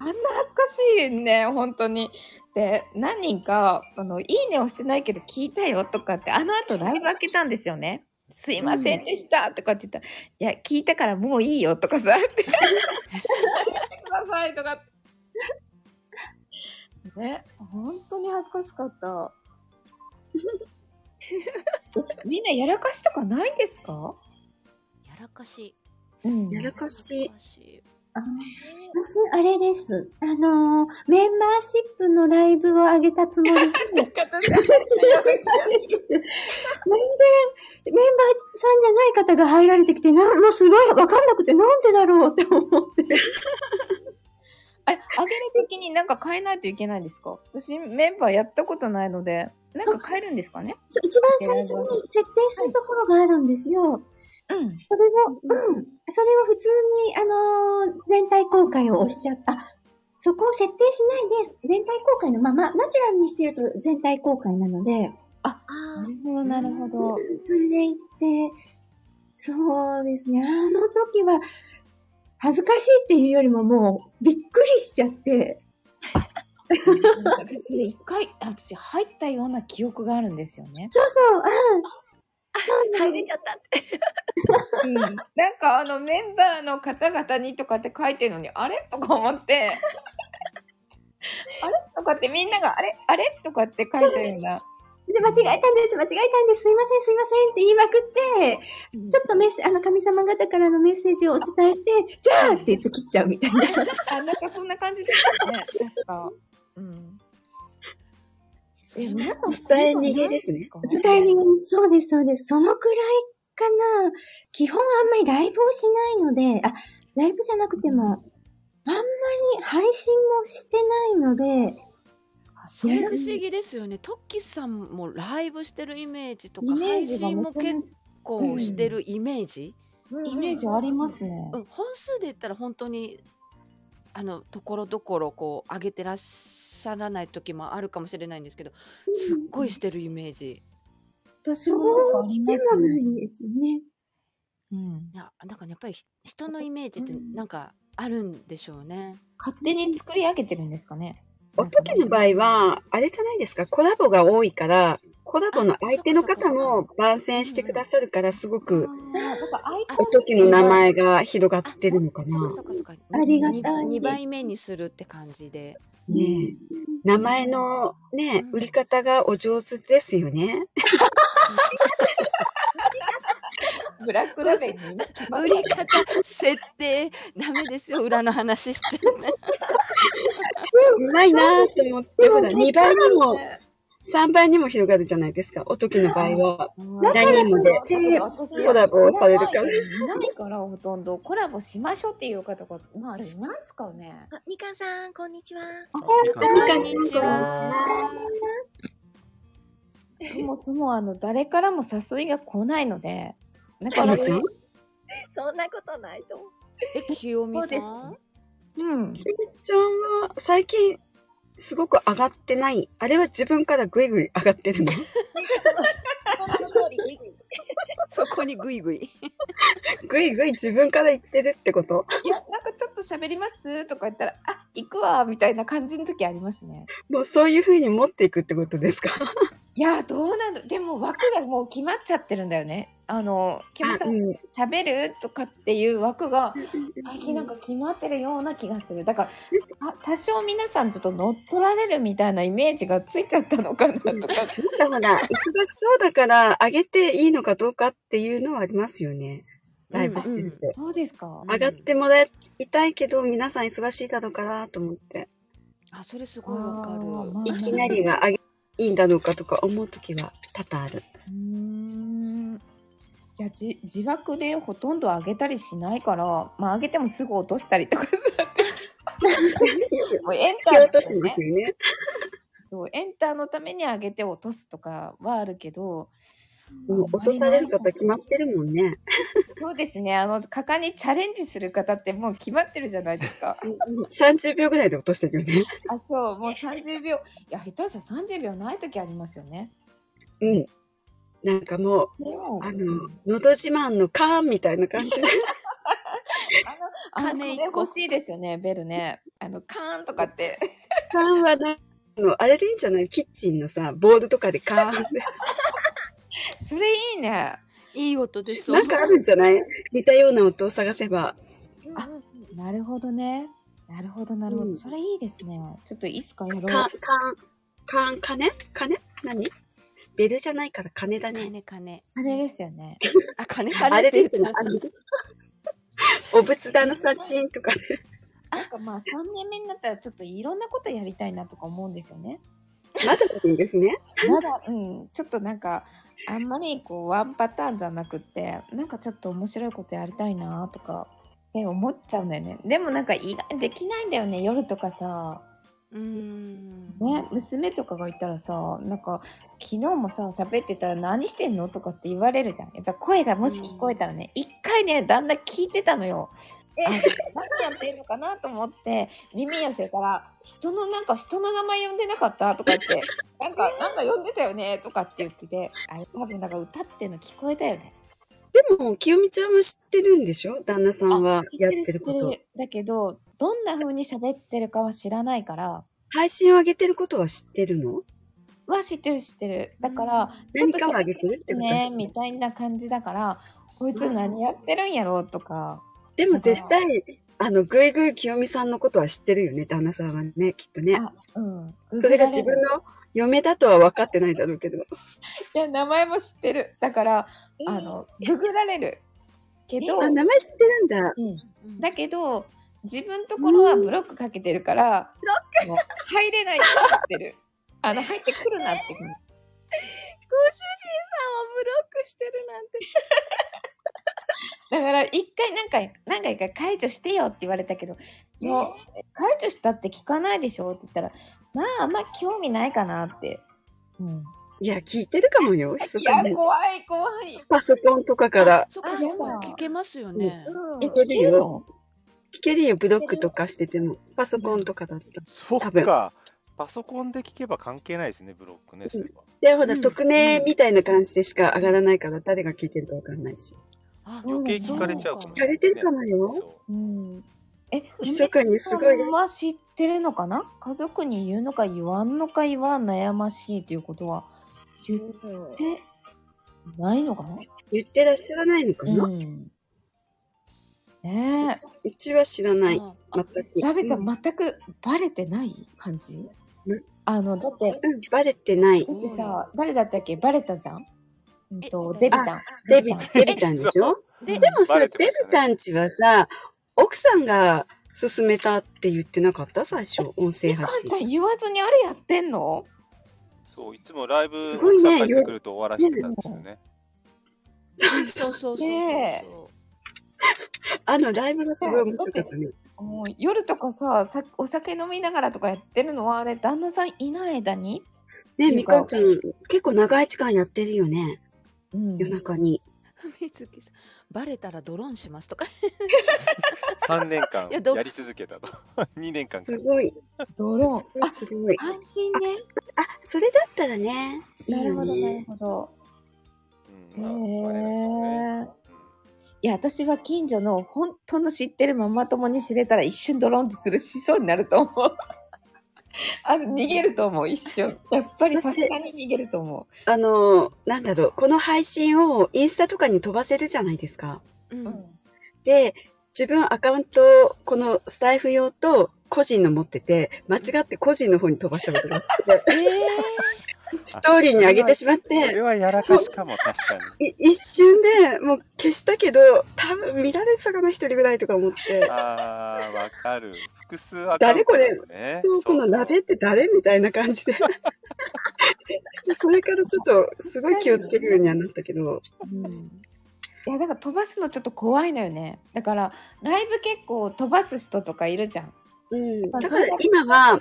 あんな恥ずかしいね、本当に。で、何人か、あの、いいねをしてないけど聞いたよとかって、あの後ライブ開けたんですよね。すいませんでしたとかって言ったら、いや、聞いたからもういいよとかさ、って。くださいとかって。ね、本当に恥ずかしかった。えみんなやらかしとかないですかやらかし。うんやらかやしら。かし。私、あれです。あのー、メンバーシップのライブを上げたつもりで、全然、メンバーさんじゃない方が入られてきて、なもうすごいわかんなくて、なんでだろうって思って。あれ、上げる時になんか変えないといけないんですか私、メンバーやったことないので、なんか変えるんですかねそう 一番最初に設定するところがあるんですよ。うん。それを、うん。それを普通に、あのー全体公開を押しちゃった。あそこを設定しないで、全体公開のまま、ナチュラルにしてると全体公開なので、なるほど、なるほど。それで行って、そうですね、あの時は、恥ずかしいっていうよりももう、びっくりしちゃって、私、一回、私、入ったような記憶があるんですよね。そうそう、入れちゃったって。うん。なんか、あの、メンバーの方々にとかって書いてるのに、あれとか思 って、あれとかってみんなが、あれあれとかって書いてるような。で、間違えたんです、間違えたんです、すいません、すいませんって言いまくって、ちょっとメッセあの、神様方からのメッセージをお伝えして、じゃあって言って切っちゃうみたいな。 あ、なんかそんな感じです ね。確か。うん。え、皆さん、伝え逃げですねこういうの伝えにないですかそうです、そうです。そのくらいかな。基本あんまりライブをしないので、あ、ライブじゃなくても、あんまり配信もしてないので、あそそうれな不んだ思議ですよね。トッキーさんもライブしてるイメージとイかメー配ジが信も元々結構してるイメージ、イメージありますね。うん、本数で言ったら本当にあのところどころこう上げてらっしゃらない時もあるかもしれないんですけどすっごいしてるイメージ。私そうもありまですもなね。いんですよね。うんい。やなんかねやっぱりひ人のイメージってなんかあるんでしょうね。勝手に作り上げてるんですかね。おときの場合は、あれじゃないですか、コラボが多いから、コラボの相手の方も番宣してくださるから、すごく、なんか相手おときの名前が広がってるのかな。そうかそうか。ありがたい2倍目にするって感じで。ねえ名前のね、売り方がお上手ですよね。ブラックラベルにね決まっ売り方、設定、ダメですよ。裏の話しちゃった。うまいなと思って、ほら、2倍にも、3倍にも広がるじゃないですか、おときの場合は。何人もでだから私コラボをされるから。ないからほとんどコラボしましょうっていう方がまあいないですからね。あみかんさん、こんにちは。みかんこちんゃん、にこんにちちはは。そもそもあの誰からも誘いが来ないので、だかなちゃんそんなことないと思う。え、清美さそんうん。ゆめちゃんは最近すごく上がってない。あれは自分からぐいぐい上がってるのその通り、ぐいぐい。 そこにグイ グイ。ぐいぐい自分から言ってるってこといやなんかちょっと喋りますとか言ったらあ行くわみたいな感じの時ありますね。もうそういう風に持っていくってことですかいやどうなんだでも枠がもう決まっちゃってるんだよね。あのキムあさうんん。喋るとかっていう枠が最近なんか決まってるような気がする。だからあ多少皆さんちょっと乗っ取られるみたいなイメージがついちゃったのかなとか。なんかほら、忙しそうだから上げていいのかどうかっていうのはありますよね。ライブしてると。そうですか。上がってもらいたいけど、皆さん忙しいだろうからと思って。あ、それすごいわかる。あーまあいきなりが上げいいんだろうかとか思うときは多々ある。うーんいやじ自爆でほとんど上げたりしないから、まあ、上げてもすぐ落としたりとかもうエンタ蹴ー落としてますねよね。そうエンターのために上げて落とすとかはあるけどもう落とされる方決まってるもんね。そうですねあの果敢にチャレンジする方ってもう決まってるじゃないです か30秒ぐらいで落としてるよね。あそうもう30秒いや下手したら30秒ない時ありますよねうん。なんかもう、でもあの、のど自慢のカーンみたいな感じで、あのあの金一個これ欲しいですよねベルねあのカーンとかって カーンはな、あのあれでいいんじゃないキッチンのさ、ボールとかでカーンっそれいいねいい音でそて、う。なんかあるんじゃない似たような音を探せば。あなるほどね。なるほど、なるほど。うんそれいいですね。ちょっといつかやろう。カーン、カーン、カーン、金金何ベルじゃないから金だね。金金。あれですよね。あ、金あ金れっでいいてんじ言ゃなっいあのお仏壇のさ、チーンとかで。なんかまあ、3年目になったら、ちょっといろんなことやりたいなとか思うんですよね。まだいいんですね。 まだ、うん、ちょっとなんか、あんまりこう、ワンパターンじゃなくって、なんかちょっと面白いことやりたいなとか、って思っちゃうんだよね。でもなんか、意外できないんだよね、夜とかさ。うーん。ね、娘とかがいたらさ、なんか、昨日もさ、喋ってたら何してんのとかって言われるじゃん。やっぱ声がもし聞こえたらね、一回ね、だんだん聞いてたのよ。あ何やってんのかなと思って、耳寄せたら、人のなんか人の名前呼んでなかったとかって、 なんか、なんか呼んでたよねとかって言ってて、あれ多分なんか歌ってんの聞こえたよね。でも、清美ちゃんも知ってるんでしょ旦那さんはやってるこ知と。ってるだけど、どんな風に喋ってるかは知らないから、配信を上げてることは知ってるのは知ってる知ってる。だから、何かをあげてるってことはね知ってるみたいな感じだからこいつ何やってるんやろとかでも絶対、あの、ぐいぐい清美さんのことは知ってるよね、旦那さんはね、きっとね。あうんそれが自分の嫁だとは分かってないだろうけど。いや名前も知ってるだからあのググられるけど、あ、名前知ってるんだ。うん、うんだけど自分ところはブロックかけてるからもう入れないようになってる あの入ってくるなってご主人さんをブロックしてるなんて。 だから一回何回何回か解除してよって言われたけどもう解除したって聞かないでしょって言ったらまああんま興味ないかなって、うん、いや、聞いてるかもよ、密いかや、に。怖い、怖い。パソコンとかから。そっかそっあか、そう聞けますよね。うんえ、聞けるの聞けるよ、ブロックとかしてても。パソコンとかだったら。そ多っ分か。パソコンで聞けば関係ないですね、ブロックね。そういえばで、ほら、うん匿名みたいな感じでしか上がらないから、誰が聞いてるかわかんないし。あそうだ余ね計聞かれちゃうかもし聞かれないれね、てるかもよ。そうん。え、密かにすごいお姉さんは知ってるのかな家族に言うのか言わんのか言わん悩ましいということは言っうんてないのかな言ってらっしゃらないのかな、ううん。ねちは知らない。あ全え。く。ラベちゃうんん、全くバレてない感じうんあの、だって、うん、バレてないだ。ってさ、誰だったっけバレたじゃんうんと、デビタン。デビ、デビタンでしょで、でもさ、バレデてまビしたねタンちはさ、奥さんが勧めたって言ってなかった最初、音声あんち配ゃ信。ん言わずにあれやってんのう。そう、いつもライブすごいね奥さん帰ってくると終わらせてたんですよね。そうそうそうそう ねそう。あの、ライブがすごい面白かったね。もう夜とかささ、お酒飲みながらとかやってるのは、あれ、旦那さんいない間に、ねみかんちゃん、結構長い時間やってるよね。うん夜中に。水木さん、バレたらドローンしますとか。 3年間いやどやり続けたと。2年間 かすごい。ドすローン。ごい、すごい。あ、安心ね。あ、それだったらね、いないるよほど、なるね。ほど。うん、まあ、バレないですよね。いや、私は近所の本当の知ってるママ友に知れたら一瞬ドローンとするしそうになると思う。 あの逃げると思う、一瞬。やっぱりさ私すがに逃げると思あの、なんだろう、この配信をインスタとかに飛ばせるじゃないですか。うん。で、自分アカウント、このスタイフ用と個人の持ってて、間違って個人の方に飛ばしたことがあって、ええ ストーリーに上げてしまっうん、それて、はやらかしかも、確かに。い一瞬でもう消したけど、多分見られてたかな、一人ぐらいとか思っ て。あー、わかる。複数アカウン誰トこだれよね。そう、この鍋って誰みたいな感じで。それからちょっと、すごい気をつけるようにはなったけど、う。うんいや、だから飛ばすのちょっと怖いのよね。だから、ライブ結構飛ばす人とかいるじゃん。うん、だから今は、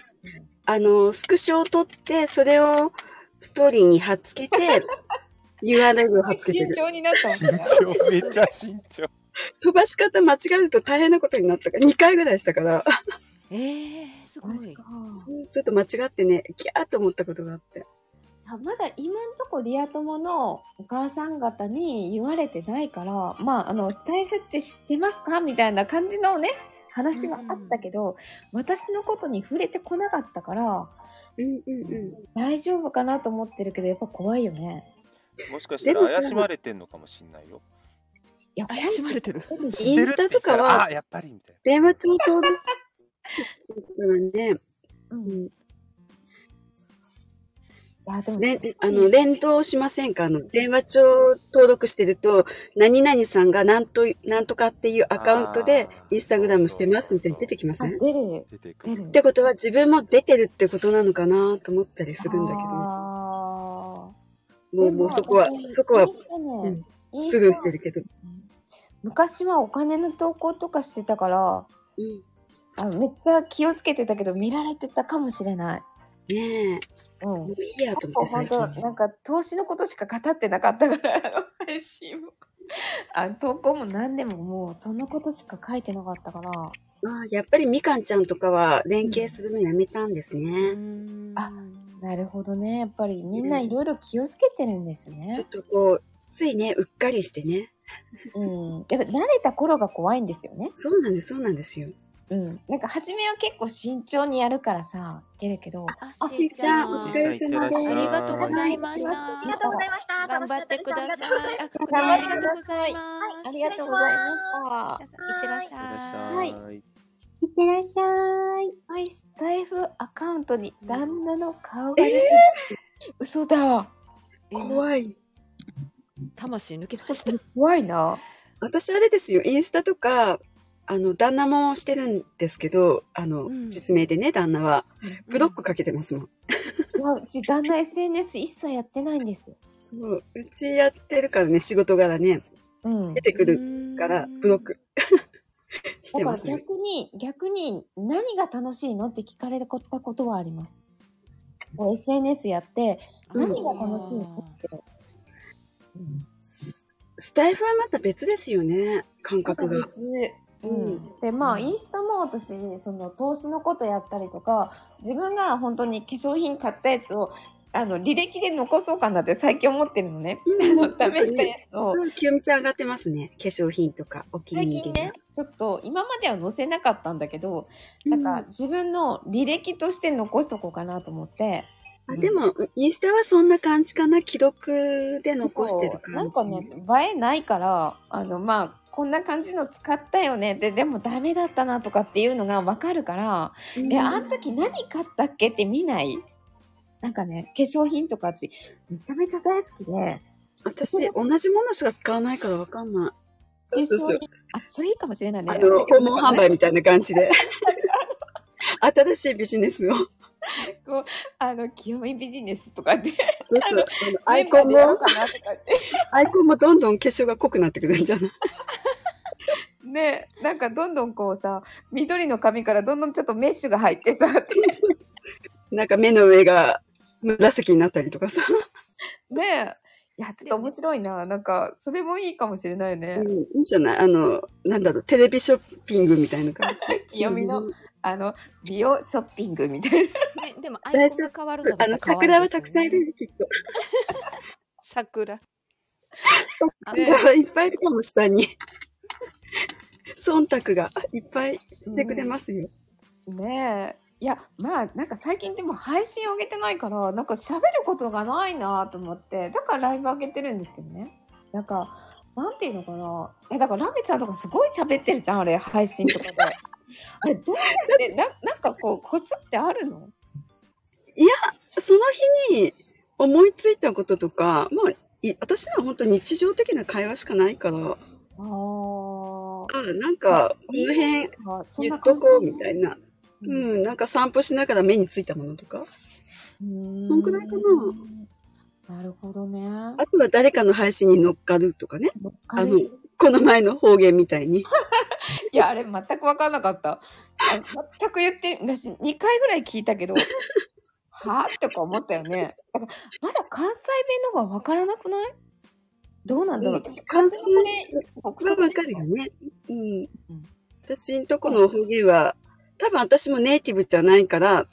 あの、スクショを撮って、それをストーリーに貼っつ けて、URL を貼っつけて慎る。重になったもん ね。慎重めっちゃ慎重。飛ばし方間違えると大変なことになったから、2回ぐらいしたから、ええすごマジいか。そうちょっと間違ってね、ギャーっと思ったことがあって。いやまだ今んとこリア友のお母さん方に言われてないから、まあ、あの、スタイフって知ってますかみたいな感じのね、話はあったけど、私のことに触れてこなかったから、うんうんうん。大丈夫かなと思ってるけど、やっぱ怖いよね。もしかしたら怪しまれてんのかもしんないよ。いや、怪しまれてる。インスタ知ってるって言とかったらはあ、、やっぱりみたい電話帳と、だったらね、う。うんいんや、でも、れんあの、連動しませんかあの、電話帳登録してると、何々さんがなんと、なんとかっていうアカウントで、インスタグラムしてますみたいに出てきませあんっ出る、な。出てく出る。る。てことは自分も出てるってことなのかなと思ったりするんだけど、あもう、もうそこは、そこは、うーんスルーしでも私インスタねて。るけど。昔はお金の投稿とかしてたから、うん。あめっちゃ気をつけてたけど見られてたかもしれない。ねえ、うん。もういいやと思っ本て最当近。なんか投資のことしか語ってなかったからあの 配信もあの投稿も何でももうそのことしか書いてなかったからああ、やっぱりみかんちゃんとかは連携するのやめたんですうね。んあなるほどねやっぱりみんないろいろ気をつけてるんですねちょっとこう、ついね、うっかりしてね。うんやっぱ慣れた頃が怖いんですよねそうなんです、そうなんですよ。うんなんか初めは結構慎重にやるからさいけるけどあ、ししーーちちゃゃん、ん。お疲あれ様であす。りりががととううごござざいいままししたた。ありがとうございました。頑張ってください。あこちら頑張もあってりくがとうごださざいいます。ありがとうございました皆さんいってらっしいゃい。らっしゃい。いってらっしゃい。はい、スタイフアカウントに旦那の顔が出てる。嘘だ。えー怖い。魂抜けました。怖いな。私あれですよ、インスタとか、あの、旦那もしてるんですけど、あの、うん実名でね、旦那は。ブロックかけてますもん。いやうち旦那 SNS 一切やってないんですよ。そう、うちやってるからね、仕事柄ね、うん。出だてくるるから、ブロッ。ク してからます逆ね。に、逆に何が楽しいのって聞かれたことはあります。こう SNS やって、何が楽しいのって。ススタイフはまた別ですよね、感覚が。別うん、でまあ、インスタも私その投資のことやったりとか自分が本当に化粧品買ったやつをあの履歴で残そうかなって最近思ってるのね、あの試したやつをそう、きよみちゃん上がってますね。化粧品とか、お気最に入近りの。ねちょっと今までは載せなかったんだけどなんか自分の履歴として残しとこうかなと思ってあでも、インスタはそんな感じかな。既読で残してるな感んじか。ね映えないからあのまあこんな感じの使ったよねででもダメだったなとかっていうのがわかるからで、あん時何買ったっけって見ないなんかね、化粧品とか私、めちゃめちゃ大好きで、私、同じものしか使わないからわかんない。そうそうそう。あ、それいいかもしれないね。あの、訪問販売みたいな感じで。 新しいビジネスを。こう、 あの、清美ビジネスとかで、そうそう。あのアイメコンバーンでやろうも、かなとかって。アイコンもどんどん化粧が濃くなってくるんじゃ ないね、なんかどんどんこうさ、緑の髪からどんどんちょっとメッシュが入ってさ、なんか目の上が紫になったりとかさ。ね、いや、ちょっと面白いな。なんか、それもいいかもしれないよね。。うん、いいんじゃないあの、なんだろう、テレビショッピングみたいな感じで清美のあの、美容ショッピングみたいな。ね、でもアイ大コ丈ンが変わるの夫。があの、桜はたくさんいる。るよ、きっと。桜。桜はいっぱいいるかも、下 に。忖度がいっぱいしてくれますよ。ねえ。いや、まあ、なんか最近でも配信上げてないから、なんか喋ることがないなと思って、だからライブ上げてるんですけどね。なんか、なんていうのかな。え、だからラメちゃんとかすごい喋ってるじゃん、あれ、配信とか で。あれ、どうやって、ななんかこう、コツってあるのその日に思いついたこととか、まあ、い私のは本当日常的な会話しかないかあら、あなんか、この辺あ、そん言なっと感じこうみたいな。ううんん、なんか散歩しながら目についたものとか。そんくらいかな。なるほどね。あとは誰かの配信に乗っかるとかね。乗っかあるの、この前の方言みたいに。いや、あれ、全く分からなかった。あの全く言って、私、2回ぐらい聞いた けど、はぁとか思ったよね。だからまだ関西弁の方が分からなくないどうなんだろう。私関西語で僕はわかるよね。うんうん。私んとこの方言は、多分私もネイティブじゃないから、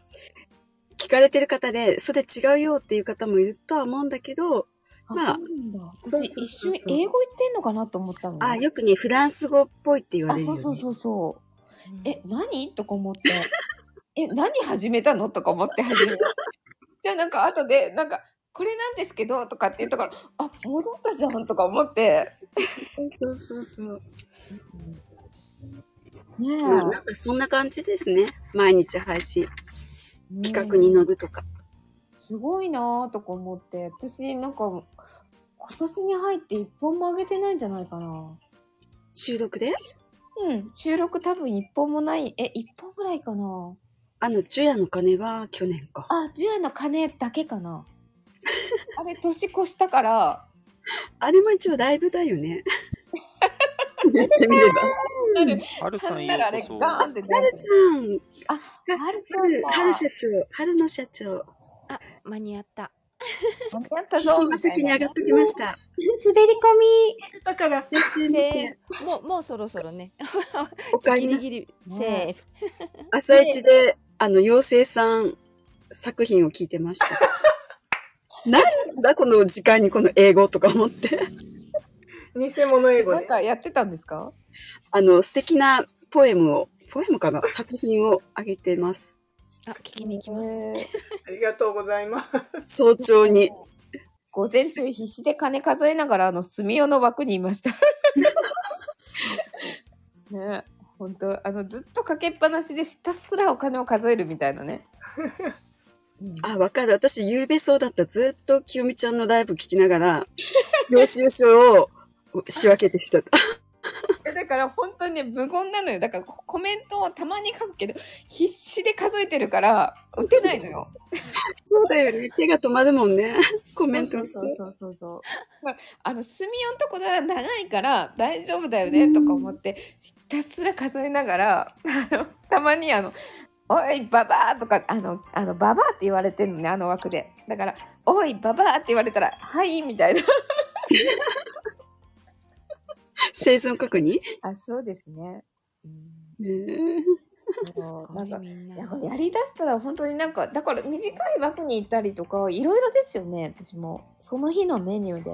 聞かれてる方で、それ違うよっていう方もいるとは思うんだけど、まそうなあんだそう私、そう一そうそう瞬英語言ってんのかなと思ったのね。あ、よくね、フランス語っぽいって言わあれるよ、そうね。そうそうそう。え、何とか思って。え、何始めたのとか思って始めた。じゃあなんか後で、なんか、これなんですけど、とかって言ったから、あ、戻ったじゃんとか思って。そうそうそう。ねえうんなんかそんな感じですね。毎日配信、企画に乗るとか。すごいなぁとか思って、私なんか、今年に入って一本も上げてないんじゃないかな。収録でうん、収録多分一本もない、え、一本ぐらいかな。あの、ジュヤの鐘は去年か。あ、ジュアの鐘だけか な。あれ、年越したから、あれも一応ライブだよね。やってみれば。なる、はるさんなよらあうれ、こガそ。ーンって出はるるち。ゃん、あ、はるはる、ちゃんはだる社長、はるの社長、あ、間に合った。間に合った指ぞ針みのたい先にな上がっときました。滑り込み。だから、練習セで、ーフ。もう、もうそろそろね。おかえギリり、ギリ、セーフ。朝一で、あの、妖精さん作品を聞いてました。なんだこの時間にこの英語とか思って。偽物英語なでん。かやってたんですかあの、素敵なポエムを、ポエムかな作品をあげてます。あ、聞きに行きます。へーありがとうございます。早朝に。午前中必死で金数えながらあの住代の枠にいました。 ね本当あのずっとかけっぱなしでひたすらお金を数えるみたいなね。あ、わかる。私、夕べそうだった。ずっと、きよみちゃんのライブ聞きな がら、領収書を仕分けてした。えだから本当にね無言なのよ。だからココメントをたまに書くけど必死で数えてるから打てないのよ。そうだよね。手が止まるもんね。 コメント打つと。そうそうそう。 まあ、あの、住みよんとこなら長いから大丈夫だよねとか思って、ひたすら数えながら、あの、たまにあの、おい、ババアとか、あの、あの、ババアって言われてるのね、あの枠で。だから、おい、ババアって言われたら、はい、みたいな。生存確認あ、そうですね。ねそうなんかみんやなっぱやりだしたら本当になんか、だから短い枠に行ったりとか、いろいろですよね、私も。その日のメニューで。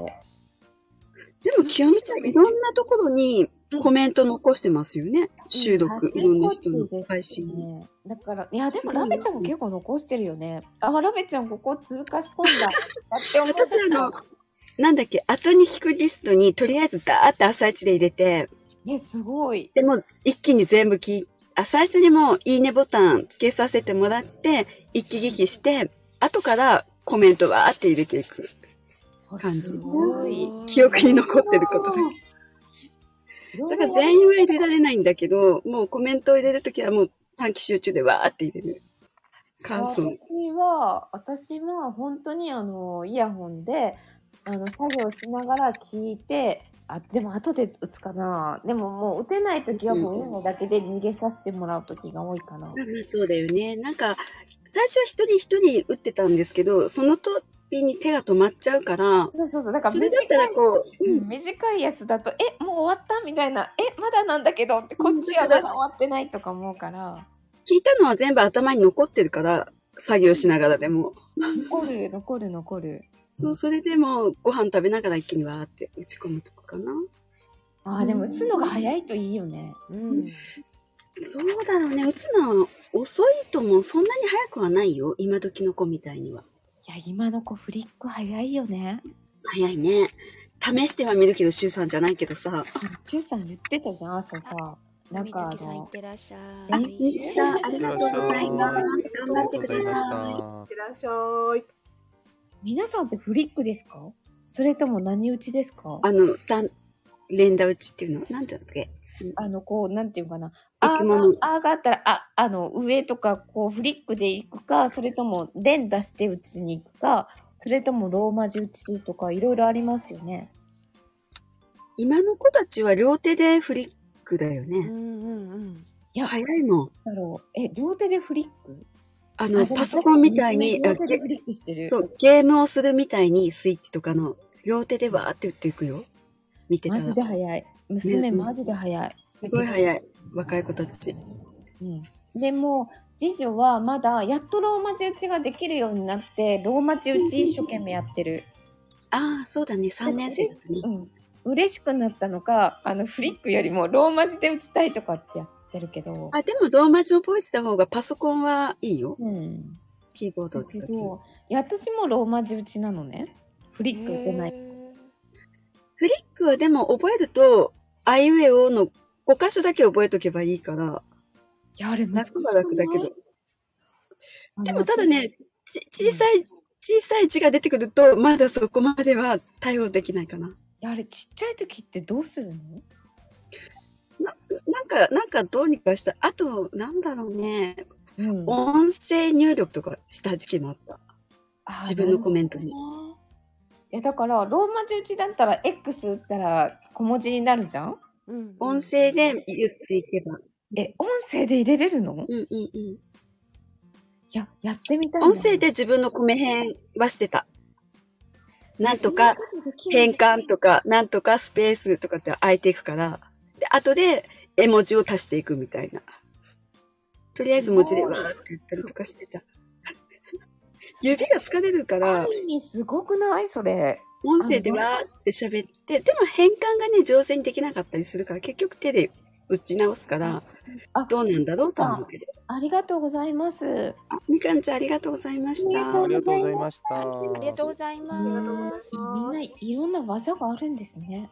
えでも、清美ちゃん、いろんなところにコメント残してますよね。収録、いろんな人の配信に。ね。だから、いや、ですもごいラなメちゃんも結構残してるよね。あ、ラメちゃんここ通過したんだ。だって思った 私、あの、なんだっけ、後に聞くリストに、とりあえずダーって朝一で入れて、ね、すごい。でも、一気に全部聞いあ、最初にもう、いいねボタンつけさせてもらって、一気聞きして、後からコメントわーって入れていく。あ感じすごい。記憶に残ってることだけ。だから全員は入れられないんだけど、もうコメントを入れるときはもう短期集中でわーって入れる。感想。私は、私は本当にあの、イヤホンで、あの、作業しながら聞いて、あ、でも後で打つかな。でももう打てないときはもうイヤホンだけで逃げさせてもらうときが多いかな。まあまあそうだよね。なんか、最初は一人一人打ってたんですけど、その時に手が止まっちゃうから、そうそうそう。だからそれだったらこう短いうん短いやつだと、え、もう終わったみたいな、え、まだなんだけどって、こっちはまだ終わってないとか思うから、聞いたのは全部頭に残ってるから、作業しながらでも。残る、残る、残る。そう、それでもご飯食べながら一気にわーって打ち込むとかかな。ああ、でも打つのが早いといいよね。うん、そうだろうね。打つのは遅いともそんなに早くはないよ。今時の子みたいには。いや、今の子フリック早いよね。早いね。試しては見るけど、シュウさんじゃないけどさ。チュウさん言ってたじゃん、朝さ。なんかあ水木さんいっの、てらっしゃあい。みみつきさん、ありがとうございます。頑張ってください。いってらっしゃい。皆さんってフリックですかそれとも何打ちですかああの、だん、連打打ちっていうの、なんていうんだっけ。の、こう、なんていうかな。いあつものーあーがあったら、あ、あの、上とか、こう、フリックで行くか、それとも連打して打ちに行くか、それともローマ字打ちとか、いろいろありますよね。今の子たちは両手でフリックだようね。んうんうん。いや早いもん。なんだろう。え、両手でフリックああの、パソコンみたいに、両あ手でフげリックしてる。そう、ゲームをするみたいに、スイッチとかの、両手でわーって打っていくよ。見てたマジらで。早い。娘、うんマジで早い。すごい早い。若い子たち。でも次女はまだやっとローマ字打ちができるようになってローマ字打ち一生懸命やってる、ああ、そうだね。3年生だね。うん、嬉しくなったのかあのフリックよりもローマ字で打ちたいとかってやってるけど、あ、でも、ローマ字を覚えてた方がパソコンはいいよ。うん、キーボードをだ使けって。どいや私もローマ字打ちなのねフリック打てない、フリックはでも覚えると、あいうえおの5箇所だけ覚えとけばいいから、いやあれ難し楽くはない楽だけど。あのでもただね、ち小さい、小さい字が出てくると、まだそこまでは対応できないかな。いやあれちっちゃい時ってどうするのなんか、なんかどうにかした。あと、なんだろうね。うん、音声入力とかした時期もあった。あ自分のコメントに。いやだからローマ字打ちだったら X 打ったら小文字になるじゃんうん、音声で言っていけば。え音声で入れれるのうんうんうん。いや、やってみたいな。音声で自分の米編はしてた。なんとか、変換とか、なんとかスペースとかって空いていくから、で、後で絵文字を足していくみたいな。とりあえず文字でわーって言ったりとかしてた。 指が疲れるかあら、る意味すごくないそれ。音声でわーって喋って、でも変換がね、上手にできなかったりするから、結局手で打ち直すからあ、どうなんだろうとは思うけど。ありがとうございます。あ、みかんちゃんありがとうございました。ありがとうございました。ありがとうございます。みんないろんな技があるんですね。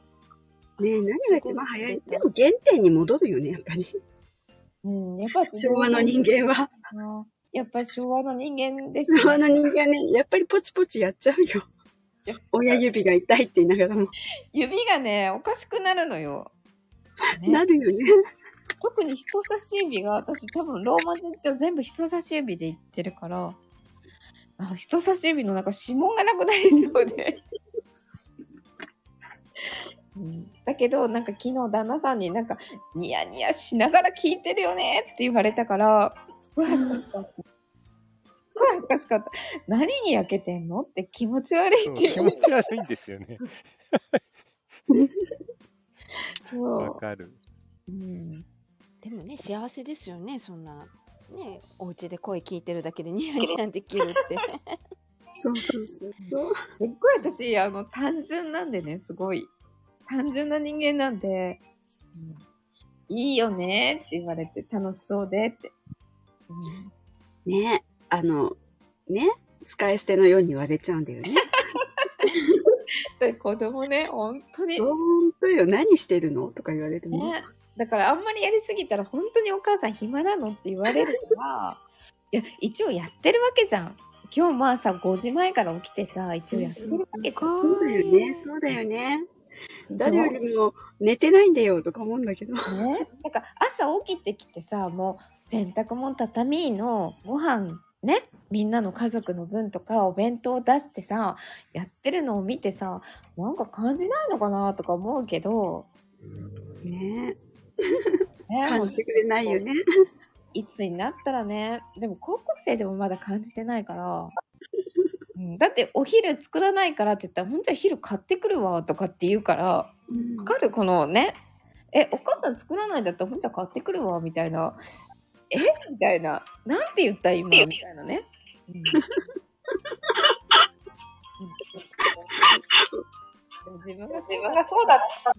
ねえ、何が一番早いでも原点に戻るよね、やっぱり。うん、やっぱり 昭和の人間は。間。やっぱり昭和の人間です、ね。昭和の人間ね、やっぱりポチポチやっちゃうよやっ。親指が痛いって言いながらも。指がね、おかしくなるのよ。なね、るよね。特に人差し指が私多分ローマ字打ちを全部人差し指で言ってるからあ人差し指のなんか指紋がなくなりそうで、 うん、だけどなんか昨日旦那さんになんかニヤニヤしながら聞いてるよねって言われたからすごい恥ずかしかった、ごい恥ずかしかった。何に焼けてんのって気持ち悪いうんって気いう。持ち悪いんですよね。わそかる。う。うん。でもね幸せですよねそんなねお家で声聞いてるだけでニヤニヤできるって そうそうそうそう。すっごい私、あの、単純なんでね、すごい。単純な人間なんで、うんいいよねって言われて、楽しそうでって。うんねあの、ね使い捨てのように言われちゃうんだよね。それ子供ね、本当に。そう、本当よ。何してるのとか言われても。ね、だからあんまりやりすぎたら本当にお母さん暇なのって言われる からいや一応やってるわけじゃん今日まあさ5時前から起きてさ一応やってるわけじゃんそうだよね。そうだよね。でしょ誰よりも寝てないんだよとか思うんだけど。ね、なんか朝起きてきてさもう洗濯物畳のご飯ねみんなの家族の分とかお弁当出してさやってるのを見てさなんか感じないのかなとか思うけど、ねね、も感うじてくれないよね。いつになったらねでも高校生でもまだ感じてないから、うん、だってお昼作らないからって言ったら「ほんじゃ昼買ってくるわ」とかって言うからわかるこのねえお母さん作らないんだったらほんじゃ買ってくるわみたいなえみたいななんて言った今みたいなね、うんでも自分が自分がそうだった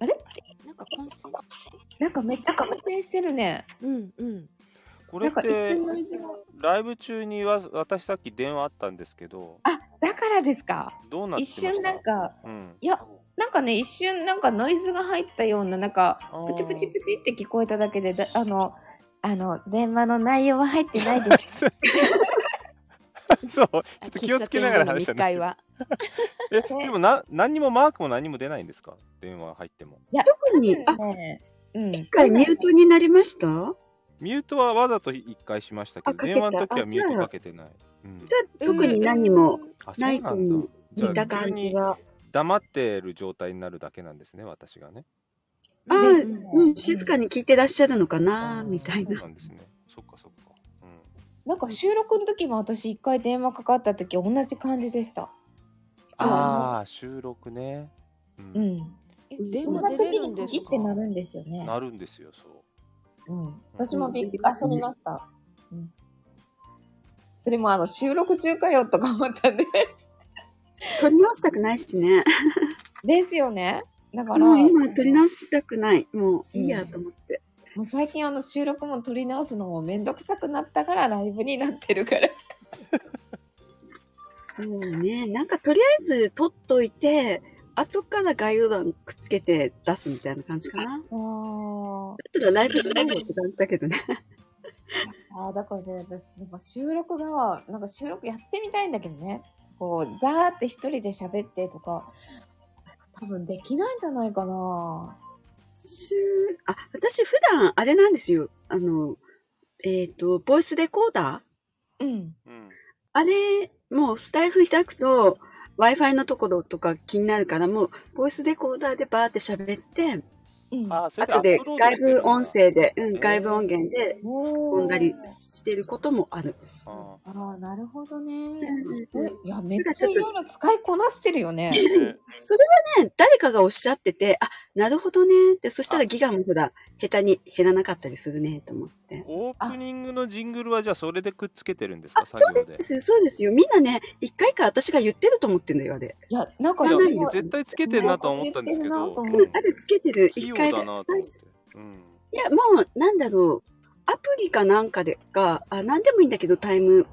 なんか混戦なんかめっちゃ感染してるねうんうんこれなっんか一て瞬のうちにライブ中にわ私さっき電話あったんですけど、あだからですかどうなってま一した瞬なんかうん、いや、なんかね、一瞬、なんかノイズが入ったような、なんかあー、プチプチプチって聞こえただけで、だあの、あの、電話の内容は入ってないです。そう、ちょっと気をつけながら話した喫茶店での密会ね。は え、でもな何にもマークも何も出ないんですか電話入っても。特に、あ、ねうん。一回ミュートになりましたじゃミュートはわざと一回しましたけあど、かけた電話の時あはミじュゃあートかけてない。うん、あ、特に何もあ、そなういとなんだ思。じゃ見あ、た感じは。黙ってる状態になるだけなんですね、私がね。ああ、ううんん、静かに聞いてらっしゃるのかな、ーみたいそうな。なんですね。そっかそっか。うんなんか収録の時も私、一回電話かかった時、同じ感じでした。ああ、収録ね。う。うんん。えうん電そん話な出時れるにんで限すっかてなるんですよね。なるんですよ、そう。うん。私もびっくり焦りました。うん。それもあの、収録中かよとか思ったんで。 取り直したくないしね。ですよね。だから、もう今取り直したくない。もういいやと思って。もう最近あの収録も撮り直すのもめんどくさくなったからライブになってる から。そうね。なんかとりあえず取っといて、後から概要欄くっつけて出すみたいな感じかな。あただライブしないよって感じだけどね。あー、だからね、私なんか収録が、なんか収録やってみたいんだけどね。こう、ザーって一人で喋ってとか、多分できないんじゃないかな。シューあ、私普段あれなんですよ。あの、えっ、と、ボイスレコーダーうん。うん。あれ、もうスタイフ開くと Wi-Fi のところとか気になるから、もうボイスレコーダーでバーって喋って、うん。ああ、それ後でアップロードして外るん部だ音。声で、うへん、ー外部音源で突っ込んだりしてることもある。あああ、なるほどね。うんえいや、めっちゃいろいろ使いこなしてるよね。あ。ねそれはね、誰かがおっしゃってて、あ、なるほどねって、そしたらギガもほら、下手に減らなかったりするねと思って。オープニングのジングルはじゃあそれでくっつけてるんですあか、、そ作業うでで。すよ、そうですよ。みんなね、一回か私が言ってると思ってんのよ、あれ。いや、なんかいやないすごい絶対つけてるなとは思ったんですけど、言ってうんるあれつけてる、器一用回で。だなと思って。うん。いや、もう、なんだろう。アプリかなんかでか、あ、なんでもいいんだけど、タイム、う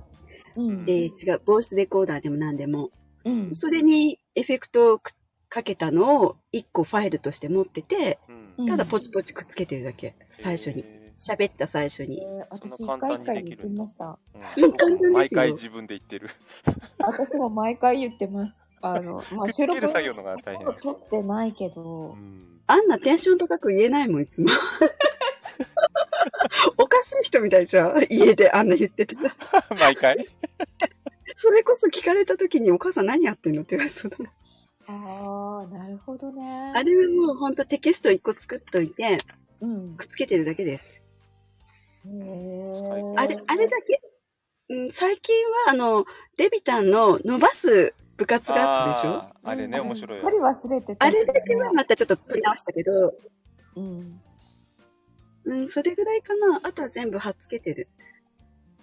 うんんえ。ー違う、ボイスレコーダーでもなんでも。うん。それにエフェクトをくかけたのを一個ファイルとして持ってて、うんうんただポチポチくっつけてるだけ、最初に。へ喋った最初に。えー私そん一な回簡一単回に言できってるんだました。ーうん簡単ですよ毎回自分で言ってる。私も毎回言ってます。あの、まくあ、っつ収け録るを作業の方が大変。撮ってないけうど、ん。あんなテンション高く言えないもん、い つも。おかしい人みたいじゃん家であんな言ってたら。毎回それこそ聞かれた時にお母さん何やってんのって言われそうだもん。ああ、なるほどね。あれはもうほんとテキスト1個作っといて、うん。くっつけてるだけです。へえ。あれ、あれだけ。うん、最近はあの、デビタンの伸ばす部活があったでしょあーあれね、面白いすっかよ。り忘れてた。あれだけはまたちょっと取り直したけど、うん。うん、それぐらいかな。あとは全部貼っつけてる。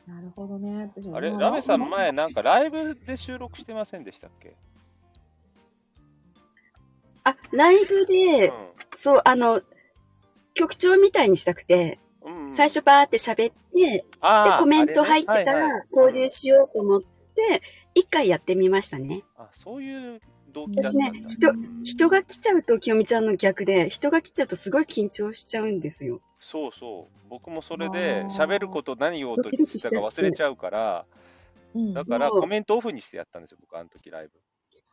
なるほどね。私もあれ、まラメさんま前なんかライブで収録してませんでしたっけあ、ライブで、うそう、あの、局長みたいにしたくて、んうん。最初バーって喋って、であー、コメント入ってあれねたはいはいら交流しようと思って、一回やってみましたね。あ、そういう動機だっ私たねんだ。、人、人が来ちゃうと、きよみちゃんの逆で、人が来ちゃうとすごい緊張しちゃうんですよ。そうそう。僕もそれで、喋ること何言おうとドキドキししたちゃかって忘れちゃうから、うんだからそうコメントオフにしてやったんですよ、僕、あの時ライブ。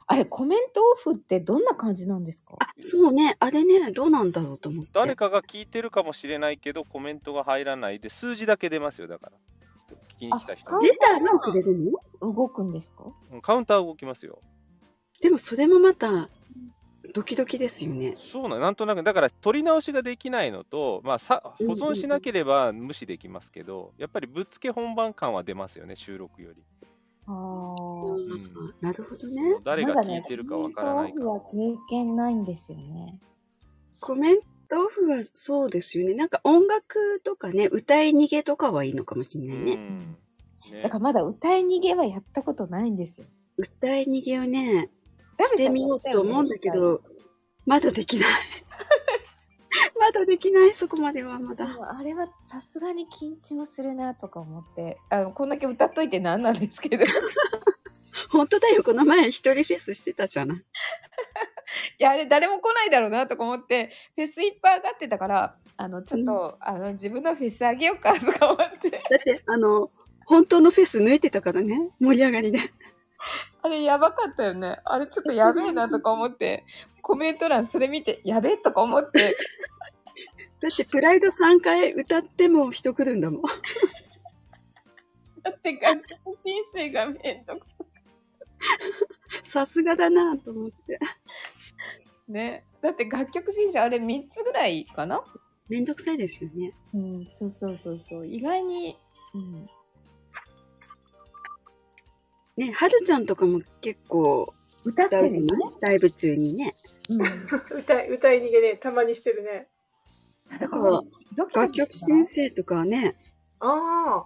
あれ、コメントオフってどんな感じなんですかあ、そうね、あれね、どうなんだろうと思って。誰かが聞いてるかもしれないけど、コメントが入らないで、数字だけ出ますよ、だから。人聞きに来た人あのレターが送れるの動くんですかうんカウンター動きますよ。でもそれもまた、ドキドキですよね。そうなん、なんとなく、だから取り直しができないのと、まあ、さうん保存しなければ無視できますけど、やっぱりぶっつけ本番感は出ますよね、収録より。ああ。んなるほどね。誰が聞いてるかわからないまだね、コかメら。ントオフは経験ないんですよね。コメントオフはそうですよね。なんか音楽とかね、歌い逃げとかはいいのかもしれうないね。ん。ねだからまだ歌い逃げはやったことないんですよ。歌い逃げをね、ラしメてさんみやようったとよね思うんだけ。ど、まだできない。 まだできない、そこまではまでだ。もあれはさすがに緊張するなとか思って、あのこんだけ歌っといてなんなんですけど。い 本当だよ、この前一人フェスしてたじゃない。や、あれ誰も来ないだろうなとか思って、フェスいっぱい上がってたから、あの、ちょっと、あの、自分のフェスあげようかとか思って、 だって、あの、本当のフェス抜いてたからね、盛り上がりで。あれやばかったよね。あれちょっとやべえなとか思って、コメント欄それ見て、やべえとか思って、だって、プライド3回歌っても人来るんだもん。 だってガチの人生がめんどくささすがだなと思って。いね。だって楽曲人生あれ3つぐらいかなめんどくさいですよね。うん、そうそうそうそう。意外に、うん、ね、はるちゃんとかも結構、歌ってライるブよね。ライブ中にね。うん、歌い、歌い逃げね、たまにしてるね。だから、ドキド楽キし曲ない申請とかはね、ああ。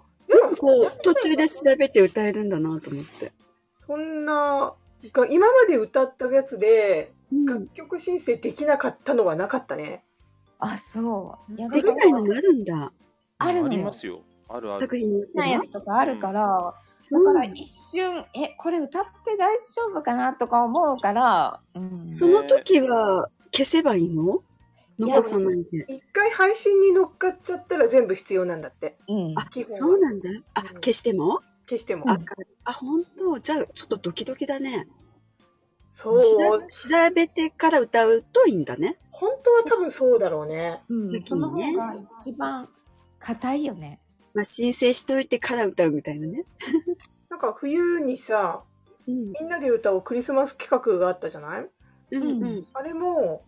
こう、途中で調べて歌えるんだなと思って。そんな、が今まで歌ったやつで、うん楽。曲申請できなかったのはなかったね。あ、そう。いやできないのもあるんだ。あるあのりよま。すよ。あるある。作品によってなやは。つとかあるから、そうだから一瞬、え、これ歌って大丈夫かなとか思うから、うん。その時は消せばいいの残さないで。一回配信に乗っかっちゃったら全部必要なんだって。うん、あ基、本はそうなんだ。あ、うん消しても消しても。あ、あ、本当じゃあ、ちょっとドキドキだね。そう。調べ調べてから歌うといいんだね。本当は多分そうだろうね。うん時そのにね方が一番硬いよね。まあ、申請しといてから歌うみたいなね。なんか冬にさ、うん。みんなで歌おうクリスマス企画があったじゃないうんうん。あれも、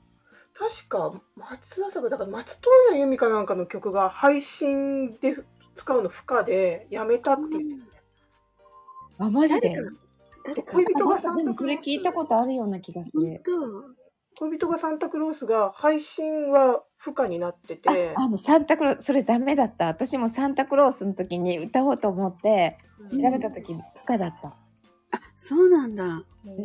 確か松田作、だから松任谷由実かなんかの曲が配信で使うの不可でやめたって言ってたよねあ、マジで誰か。誰か。恋あ人ながんかサでンもタそクれロー聞いたス。ことあるような気がす本る。当恋人がサンタクロースが配信は不可になってあて、あのサンタクロースそれダメだった私もサンタクロースの時に歌おうと思って調べた時に不可だった、あ、そうなんだ。うん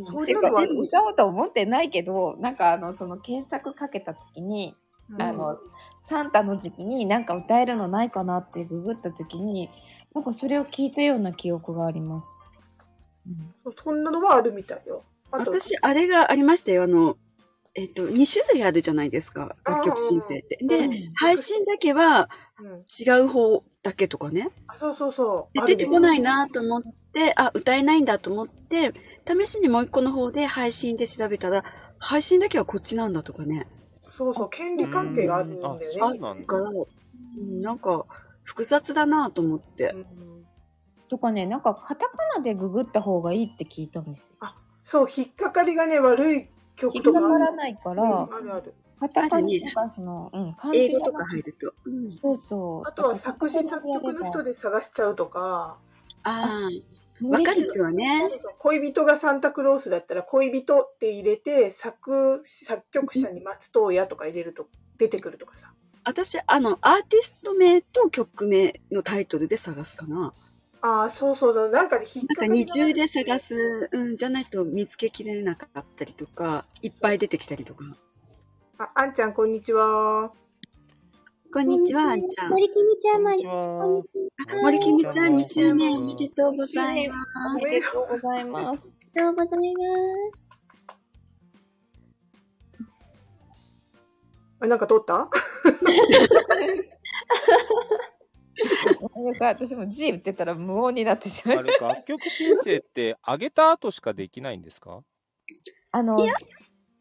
そそうういいううかのは、歌おうと思ってないけどなんかあのその検索かけた時に、うんあのサンタの時期になんか歌えるのないかなってググった時になんかそれを聞いたような記憶があります、うんそんなのはあるみたいよ。あと、私、あれがありましたよ。あの、えっと、2種類あるじゃないですか。楽曲申請って。うんで、配信だけはうん違う方だけとかね。あそうそうそう。であ出るてねこないなと思って、あ、歌えないんだと思って、試しにもう一個の方で配信で調べたら、配信だけはこっちなんだとかね。そうそう、権利関係があるんだよね。うんあそうなんだだから、うんなんか、複雑だなと思ってう。んとかねなんかカタカナでググった方がいいって聞いたんですよそう、引っかかりがね、悪い引っかからないから、あるある。カタカナとかその、うん、漢字英じゃ語なとくか入ると。うん、そうそう。あとは作詞作曲の人で探しちゃうとか、ああ、わかる人はね。恋人がサンタクロースだったら恋人って入れて、作詞、作曲者に松任谷とか入れると、出てくるとかさ。私、あの、アーティスト名と曲名のタイトルで探すかな。ああ、そうそうそう。なんか引っなかんかかり二が重あるで探す、うん、じゃないと見つけきれなかったりとか、いっぱい出てきたりとか。あ、あんちゃん、こんにちは。こんにちは、あんちゃん。森君ちゃん、まり、こ森きみちゃん、2周年おめでとうございます。おめでとうございます。ありがとうございます。あなんか撮ったなんか 私も G 打ってたら無音になってしまあう。れ、楽曲申請って、上げた後しかできないんですかあの、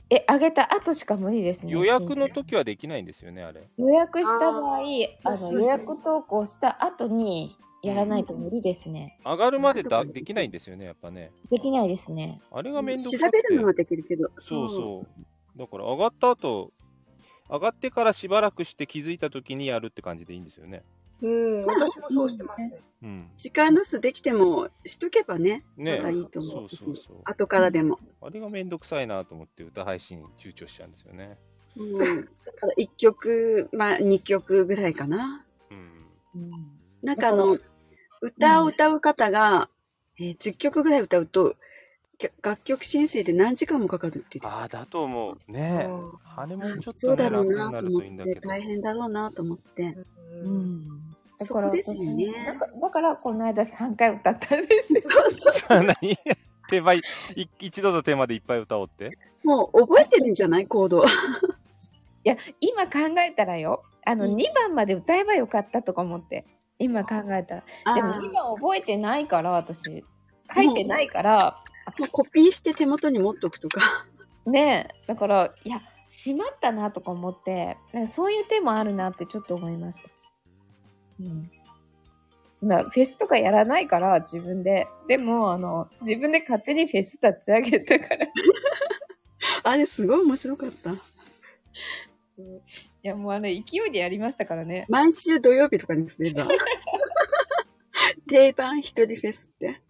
え、あげた後しか無理ですね。予約の申時はできないんですよね、あれ。請予約した場合、ああそうので予すね約投稿した後にやらないと無理ですね。上がるまでだできないんですよね、やっぱね。できないですね。あれが面倒調くさくべてるのはできるけど、そうそう。だから上がった後、上がってからしばらくして気づいた時にやるって感じでいいんですよね。うん、私もそうしてますね。うん。時間ロスできてもしとけばね、ねまたいいと思うし、そうそうそう後からでも。あれがめんどくさいなと思って歌配信躊躇しちゃうんですよね。うん、だから1曲、まあ2曲ぐらいかな。うん。なんかあの、歌を歌う方が、えー10曲ぐらい歌うと、きゃ楽曲申請で何時間もかかるって言ってああ、だと思う。ねえ。うん羽もちょっそうとね、だろ楽うにななとる思といいんっだてけ、ど。大変だろうなと思って。うん。だそかこらですよね私だからだからこの間3回歌ったん です。そうそう。何 手前、い一度のテーマでいっぱい歌おうってもう覚えてるんじゃないコーいド。や、今考えたらよ、あの、うん2番まで歌えばよかったとか思って、今考えたら。あでもー2番覚えてないから、私、書いてないから、もうコピーして手元に持っとくとか。ねえ、だから、いや、しまったなとか思って、なんかそういう手もあるなってちょっと思いました。うん。そんな、フェスとかやらないから、自分で。でも、あの、自分で勝手にフェス立ち上げたから。い あれすごい面白かった。や、もうあの、勢いでやりましたからね。毎週土曜日とかにすれ ば。定番一人フェスって。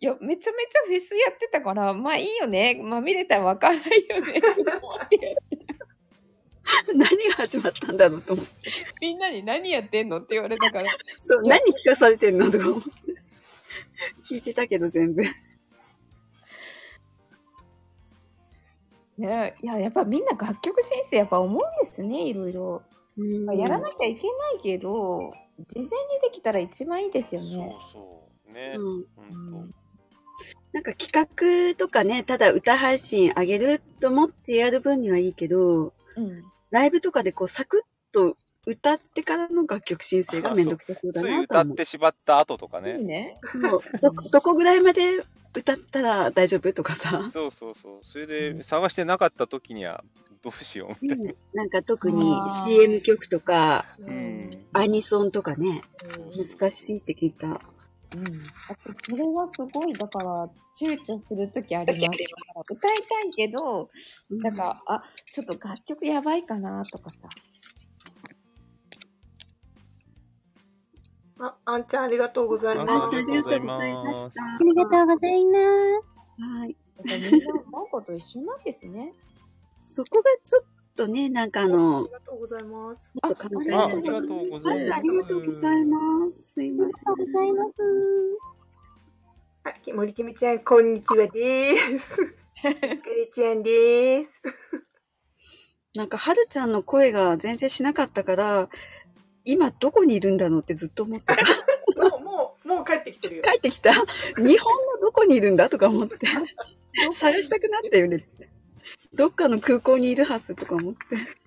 いや、めちゃめちゃフェスやってたから、まあいいよね。まみれたらわかんないよ ね。何が始まったんだろうと思って。みんなに何やってんのって言われたから。そう、何聞かされてんのとか思って。聞いてたけど全部。ね、いや、やっぱみんな楽曲申請やっぱ思うんですね、いろいろ。まあやらなきゃいけないけど、事前にできたら一番いいですよね。そうそう。ねうんほうんんとなんか企画とかね、ただ歌配信あげると思ってやる分にはいいけど、うん。ライブとかでこうサクッと歌ってからの楽曲申請がめんどくさそうだついな歌とっ思う。てしまった後とかね。いいね。そうど、 どこぐらいまで歌ったら大丈夫とかさ。そうそうそう。それで探してなかった時にはどうしよう。ねなんか特にあー CM 曲とか、うん。アニソンとかね、そうそう難しいって聞いた。うん。だってそれはすごい、だから、躊躇するときあります。だから歌いたいけど、なんか、あ、ちょっと楽曲やばいかなとかさ。あ、あんちゃんありがとうございあまんちす。ゃんありがとうございますた。ありがとうございます。はい。だからみんな思うこと一緒なんですね。そこがちょっとね、なんかあのあり、がとうございます。ちょっと簡あ単あにりながる。とうござあいまんちす。ゃん、ありがとうございます。すいません。ありがとうございます。あ、き森きみちゃん、こんにちはでー す。お疲れちゃんでー す。なんか、はるちゃんの声が全然しなかったから、今どこにいるんだろうってずっと思って た。もう、もう、もう帰ってきてるよ。帰ってきた。日本のどこにいるんだとか思って。探したくなったよね。どっかの空港にいるはずとか思っ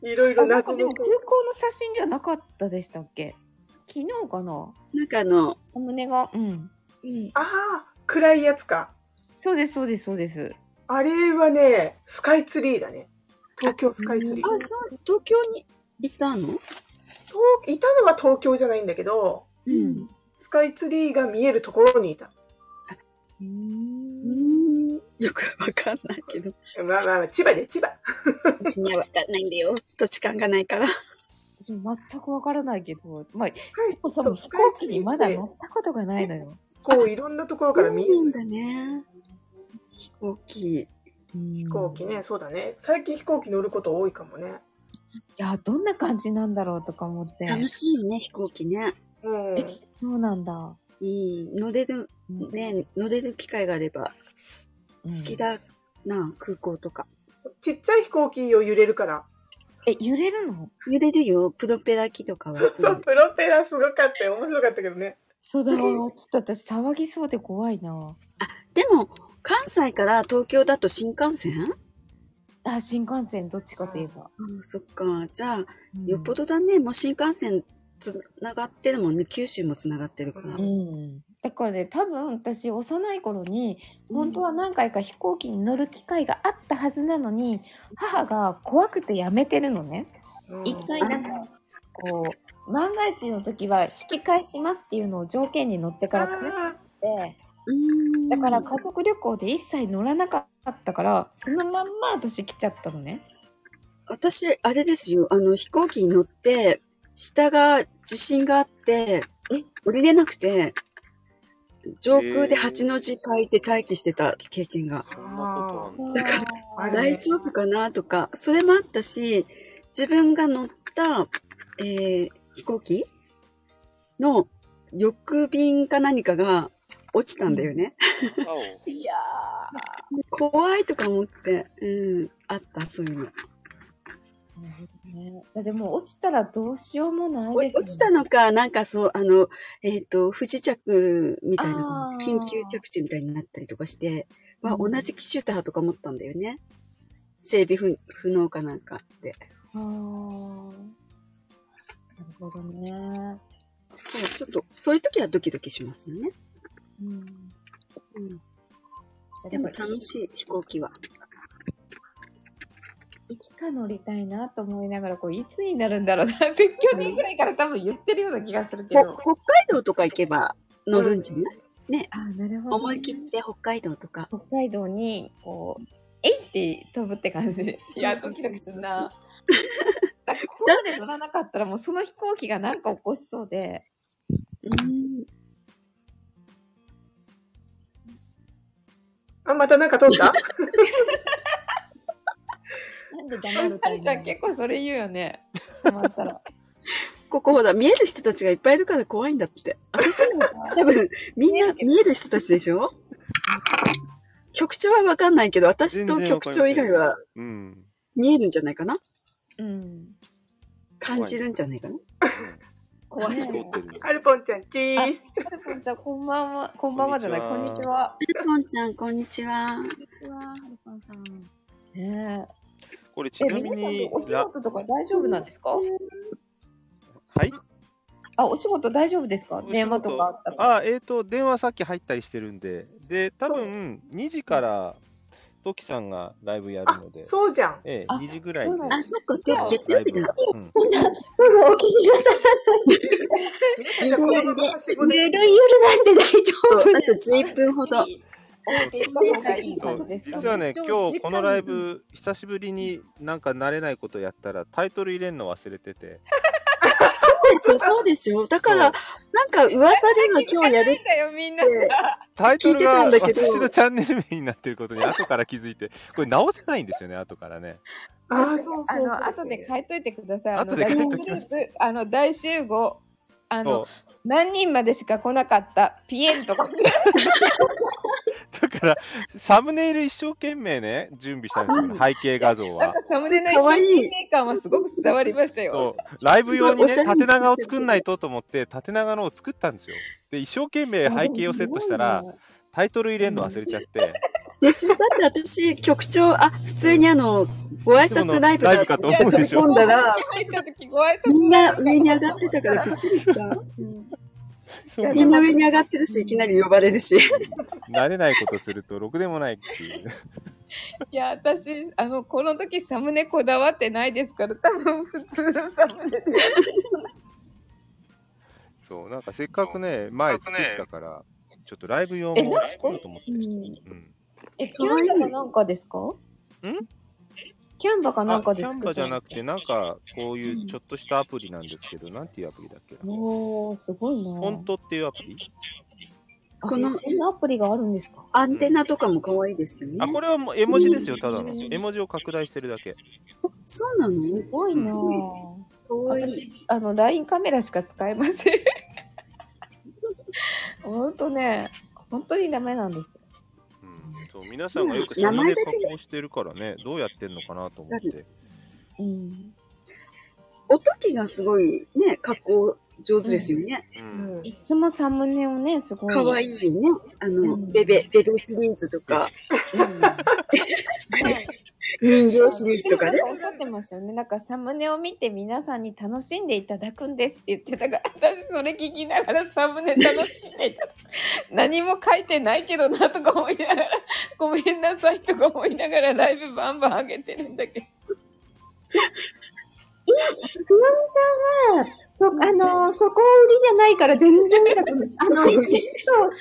て。いろいろあ、なんか謎でもの空港の写真じゃなかったでしたっけ昨日かななんかあの、お胸が。うん。ああ、暗いやつか。そうです、そうです、そうです。あれはね、スカイツリーだね。東京スカイツリー。あ、そう、東京にいたのといたのは東京じゃないんだけど、うん。スカイツリーが見えるところにいた。うーん。よくわかんないけど。まあまあまあ、千葉で千葉。私にはわかんないんだよ。土地勘がないから。私も全くわからないけど、まあ、カイそもそそもう飛スカイ行ツ機リーにまだ乗ったことがないのよ。こういろんなところから見えそうるなんだね。飛行機。飛飛行機ね、そうだね。最近飛行機乗ること多いかもね。いや、どんな感じなんだろうとか思って。楽しいよね、飛行機ね。うん。え、そうなんだ。うん。乗れる、ね、乗れる機会があれば、好きだな、空港とか。ちっちゃい飛行機を揺れるから。え、揺れるの揺れるよ、プロペラ機とかはそうすそご う、い。プロペラすごかったよ。面白かったけどね。そうだわ。ちょっと私騒ぎそうで怖いな。でも、関西から東京だと新幹線あ、新幹線どっちかといえば。あそっか。じゃあ、うんよっぽどだね。もう新幹線つながってるもんね。九州もつながってるから。うん。だからね、多分私幼い頃に、本当は何回か飛行機に乗る機会があったはずなのに、母が怖くてやめてるのね。うん一回なんか、こう、万が一の時は引き返しますっていうのを条件に乗ってから帰ってあて、うんだから家族旅行で一切乗らなかったから、そのまんま私来ちゃったのね。私、あれですよ。あの、飛行機に乗って、下が地震があって、降りれなくて、上空で8の字書いて待機してた経験が。ー あーあるね大丈夫かなとか、それもあったし、自分が乗った、えー飛行機の翼便か何かが落ちたんだよね。いや怖いとか思って、うん、あった、そういうの。ー、ね、だってもう落ちたらどうしようもないです、ね。落ちたのか、なんかそう、あの、えっ、と、不時着みたいな感じ、あー緊急着地みたいになったりとかして、はう同んじ機種だとか思ったんだよね。整備不不能かなんかって。あーなるほどね。そう、ちょっと、そういう時はドキドキしますよね。うん、うん、でも楽しい、飛行機は。いつか乗りたいなと思いながら、こういつになるんだろうなって、去年ぐらいから多分言ってるような気がするけほど。北海道とか行けば乗るんじゃない、ね。あーなるほど、ね。思い切って北海道とか。北海道に、こう、えいって飛ぶって感じ。いや、そドうキそドうキすそるうそうな。なんか、ここまで乗らなかったら、もうその飛行機がなんか起こしそうで。うん。あ、またなんか飛 んだなんでは黙るるちゃん結構それ言うよね。困ったら。ここほら、見える人たちがいっぱいいるから怖いんだって。私も多分、みんな見える人たちでしょ局長はわかんないけど、私と局長以外はうん。見えるんじゃないかなうん。感じるんじゃないかな怖い。通ってる。アルポンちゃん、キース。はるぽんちゃんこんばんは。こんばんはじゃない。ここんんににちちは。ルポンちゃん、こんにちは。うわはるぱんさん。ねこれちえ。え、なみ皆さんにとお仕、ラ事とか大丈夫なんですかはいあ、お仕事大丈夫ですかお仕事電話とかあったら。あ、えっ、と、電話さっき入ったりしてるんで、で、多分2時から、トキさんがライブやるあの、で、そうじゃん。ええ、あ2時ぐらいでそう。なんあ、そっか、今日月ラ曜イ日ブだ。うんお聞きなさじゃあ、このままはしごい。で。ゆるゆるなんで大丈あ夫。と11分ほど。そうって言った方がいいそ感じうですか実はね。ね、今日このライブ、久しぶりになんか慣れないことやったら、タイトル入れるの忘れてて、そうでしょ、そうでしょ。だから、なんか噂では今日やるっいいんだよ、みんな。て。タイトルが聞いてたんだけど私のチャンネル名になってることに後から気づいて、これ直せないんですよね、後からね。あ、そあうそうそう。の、後で書いといてください。あの、後でラ書いジとオきグループ、あの、大集合。あのそ、何人までしか来なかった、ピエンとか。う。だから、サムネイル一生懸命ね、準備したんですよね、背景画像なんはか。サムネの一可生愛い懸命感はすごく伝わりましたよ。そう、ライブ用におね、しゃれに縦長を作んないとと思 って、縦長のを作ったんですよ。で、一生懸命背景をセットしたら、タイトル入れるの忘れちゃ って、でしょだって私、局長、あ、普通にあの、ご挨拶ライブライブかと思うでし飛ょび込ん。だら、入った時ご挨拶みんな上に上がってたからびっくりした。そうなんみんでな上に上がってるし、いきなり呼ばれるし。す慣れないことすると、ろくでもないっていう。 いや、私、あの、この時サムネこだわってないですから、多分普通のサムネで。そう、なんかせっかくね、前作ったから、ちょっとライブ用えもなんか作ろうと思って。うん。え、キャンバかなんかですかんキャンバかなんかでキャン作バっじたゃんでなすくかて、なんか、こういうちょっとしたアプリなんですけど、なんていうアプリだっけな。おー、すごいな。フォントっていうアプリあこのそんなアプリがあるんですかアンテナとかも可愛いですよね。あ、これはもう絵文字ですよ、ただのう。ん絵文字を拡大してるだけ。そうなのすごいなぁ。可愛い。私、あの、LINE カメラしか使えませ ん。ほんとね、本当にダメなんですよ。うん、そう皆さんがよく写真で加工してるからね、どうやってんのかなと思って。うん。おときがすごいね、格好上手ですよね。うん、いつもサムネをね、すごい。可愛いね。あの、うんベベ、ベベシリーズとか、はい 人形シリーズでともなかんねか。おっしゃってますよね。なんかサムネを見て皆さんに楽しんでいただくんですって言ってたから、私それ聞きながらサムネ楽しんでいた。何も書いてないけどなとか思いながら、ごめんなさいとか思いながらライブバンバン上げてるんだけど。ひろみさんが、そあのーそこ売りじゃないから全然見たことない。あの、そう、それを、あれ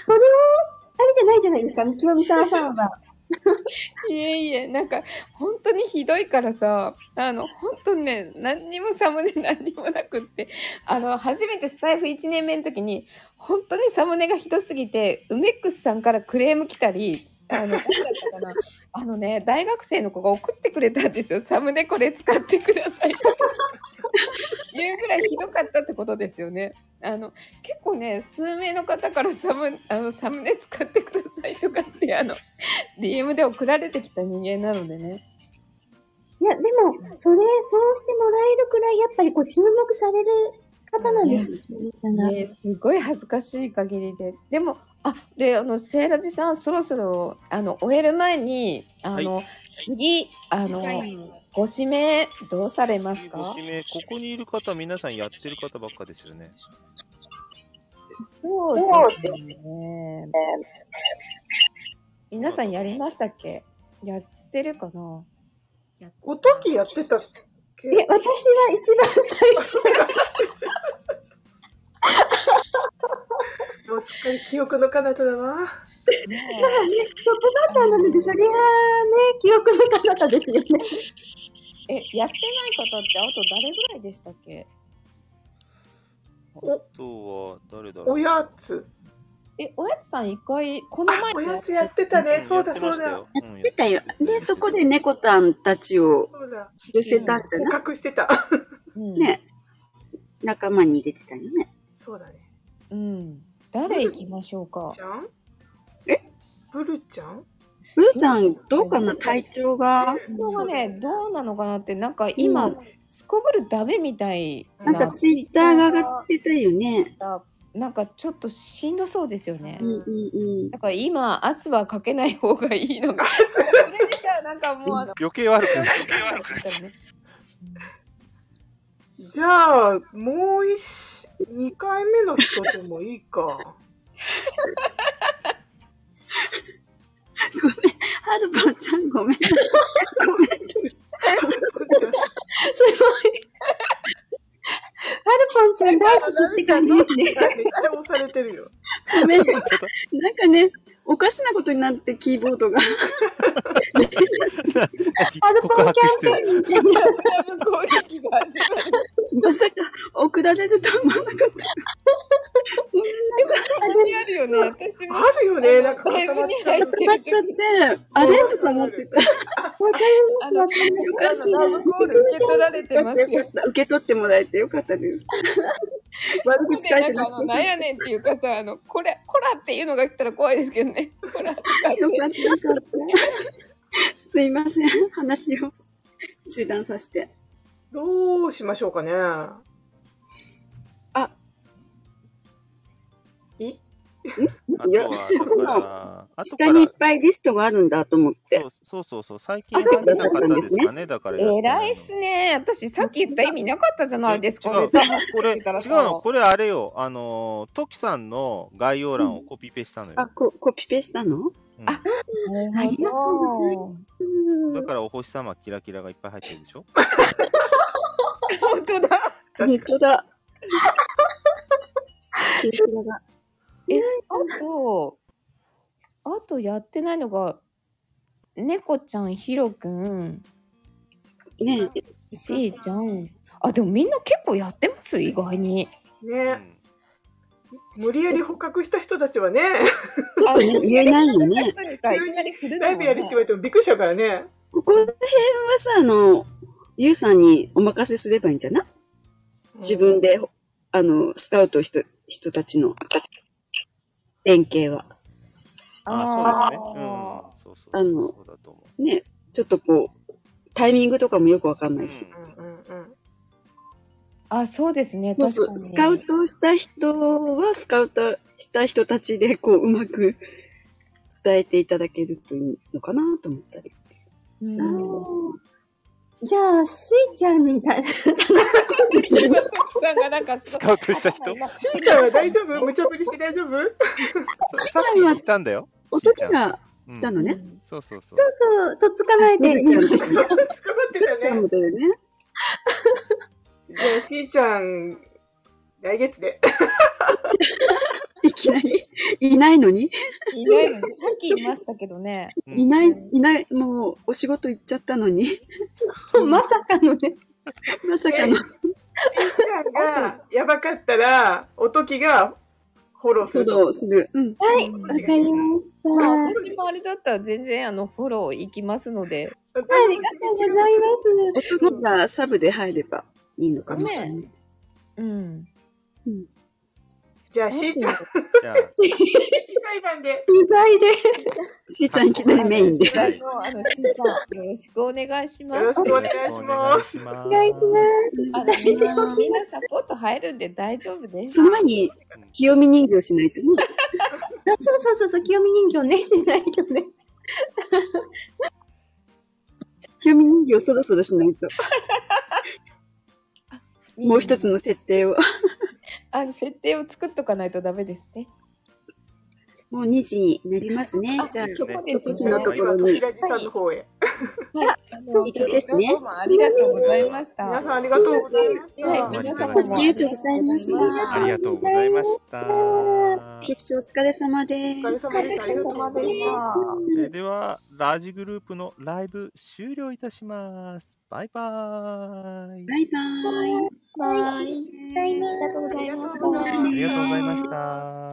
じゃないじゃないですか、ひろみさんファンは。 いえいえ、なんか本当にひどいからさ、あの、本当にね、何にもサムネ何にもなくって、あの、初めてスタイフ1年目の時に、本当にサムネがひどすぎて、ウメックスさんからクレーム来たり、あの、何だったかな、 あのね、大学生の子が送ってくれたんですよ、サムネこれ使ってください って。いうぐらいひどかったってことですよね。あの、結構ね、数名の方からサム、あの、サムネ使ってくださいとかって、あの、DM で送られてきた人間なのでね。いや、でも、それ、そうしてもらえるくらい、やっぱりこう、注目される方なんですよ、ひろみさんが。ねえ、すごい恥ずかしい限りで。でも、あ、で、あの、セイラジさん、そろそろ、あの、終える前に、あの、次、あの、ご指名、どうされますごか指名、ここにいる方、皆さんやってる方ばっかですよね。そうですね。皆さんやりましたっけやってるかなおときやってたっけえ、私は一番最初。もうすっかり記憶の彼方だわ。トップバッターなので、そりゃあね、記憶の彼方ですよね。え、やってない方って、あと誰ぐらいでしたっけあとは、誰だろうおやつ。え、おやつさん一回、このあ、お前やつやってたうね。んそうやだってまそうしただよ。うん出たよ。で、そこで猫たんたちをそうだ。寄せたんじゃ捕な獲してた。うんいね。仲間に入れてたよね。そうだね。うん。誰行きましょうかち。ゃんえブルちゃんブーちゃん、どうかな体調が。今はね、どうなのかなって、なんかう今ん、すこぶるダメみたいなんかな、ツイッターが上がってたよね。なんかちょっとしんどそうですよねう。んうんうん。だから今、明日はかけない方がいいのが、それでさ、なんかもう、あの、余計悪くなっちゃう。じゃあ、もう一、二回目の人でもいいか。ごめん。はるばちゃん、ごめんなさい。ごめん。すごい。アルパンちゃん大好きって感じよね。めっちゃ押されてるよ。ごめんなさい。なんかね、おかしなことになって、キーボ ードが。アル告パ白ンキしてャンる。ペーンみたいな。攻撃が始まる。まさか、送られると思わなかった。ごめんなさい。あるよね、私も。あるよね。なんかライ固まブっにちゃ入っう。てなっるちゃって、あれとか思ってた。わかありの、まあす、わかります。のラブコール受け取られてますよよか。った。受け取ってもらえてよかっ たです。悪口書いなてんかあなの、くて。なんやねんっていう方、あの、これ、こらっていうのが来たら怖いですけどね。こらとかって。よかった、よかった。すいません。話を中断させて。どうしましょうかね。あ、いあとは、だから、下にいっぱいリストがあるんだと思って。そうそうそう、最近大事な方ですかね、だからやってるの偉いっすね。私、さっき言った意味なかったじゃないですか。違うネタ持ってこれ、違うきたらさの、これあれよ、あのー、トキさんの概要欄をコピペしたのよ。あ、こコピペしたのうんなるほど。だからお星様キラキラがいっぱい入ってるでしょ本当だ。本当だ。キラキラがえ、あと、あとやってないのが、猫ちゃん、ひろくん、ねしーちゃん。あ、でもみんな結構やってます意外に。ね、無理やり捕獲した人たちはね、ちょっとね、言えないよね。急にライブやれって言われてもびっくりしちゃうからね。ここら辺はさ、あの、ゆうさんにお任せすればいいんじゃない自分で、あの、スカウト人、人たちの連携は。ああ、そうですね。うん。そうそう。あのそうだと思う。ね、ちょっとこう、タイミングとかもよくわかんないし。あ、そうですね。そうそう。確スかカにウトした人は、スカウトした人たちで、こう、うまく伝えていただけるといいのかなと思ったり。じゃあ、しーちゃんに、たさんがなんかスカウトした人しーちゃんは大丈夫無茶ぶりして大丈夫 しーちゃんは、いたんだよ。おときが、うんだのね。そうそうそう。そうそう、とっつかまえてるねるちゃんも、捕まってねるちたゃんね。もだよね。じゃあ、しーちゃん、来月で。いきなり、いないのに、いないのに、さっき言いましたけどね。うんいない、いない、もう、お仕事行っちゃったのに、まさかのね。まさかの、しーちゃんがやばかったら、おときがフォローすそると。うすぐ、うん。はい、わかりました。まああり私もあれだったら全然あのフォロー行きますので。がとうございます。おときがサブで入ればいいのかもしれない。うん。じゃあ、しーちゃん、じゃあ、裁判で。意外で。しーちゃんいきなりメインで。あの、あの、しーちゃん、よろしくお願いします。よろしくお願いします。おお願いします。あのみんな、みんなサポート入るんで大丈夫です。その前に、清見人形しないとね。あそうそうそうそう、清見人形ね、しないとね。清見人形そろそろしないと。もう一つの設定を。あの、設定を作っとかないとダメですね。もう2時になりますね。じゃあ、そこですね時のとこ次はろ時に。ラジさんの方へ。はい。あの以上ですねどうもありがとうございました。皆さんありがとうございました。はい、皆様もありがとうございましたありがとうございました。局長お疲れ様でおす疲。れ様でした。ありがとうございます。それでは、ラジグループのライブ終了いたします。バイバーイ。バイバーイ。バイ。ありがとうございました。イありがとうございました。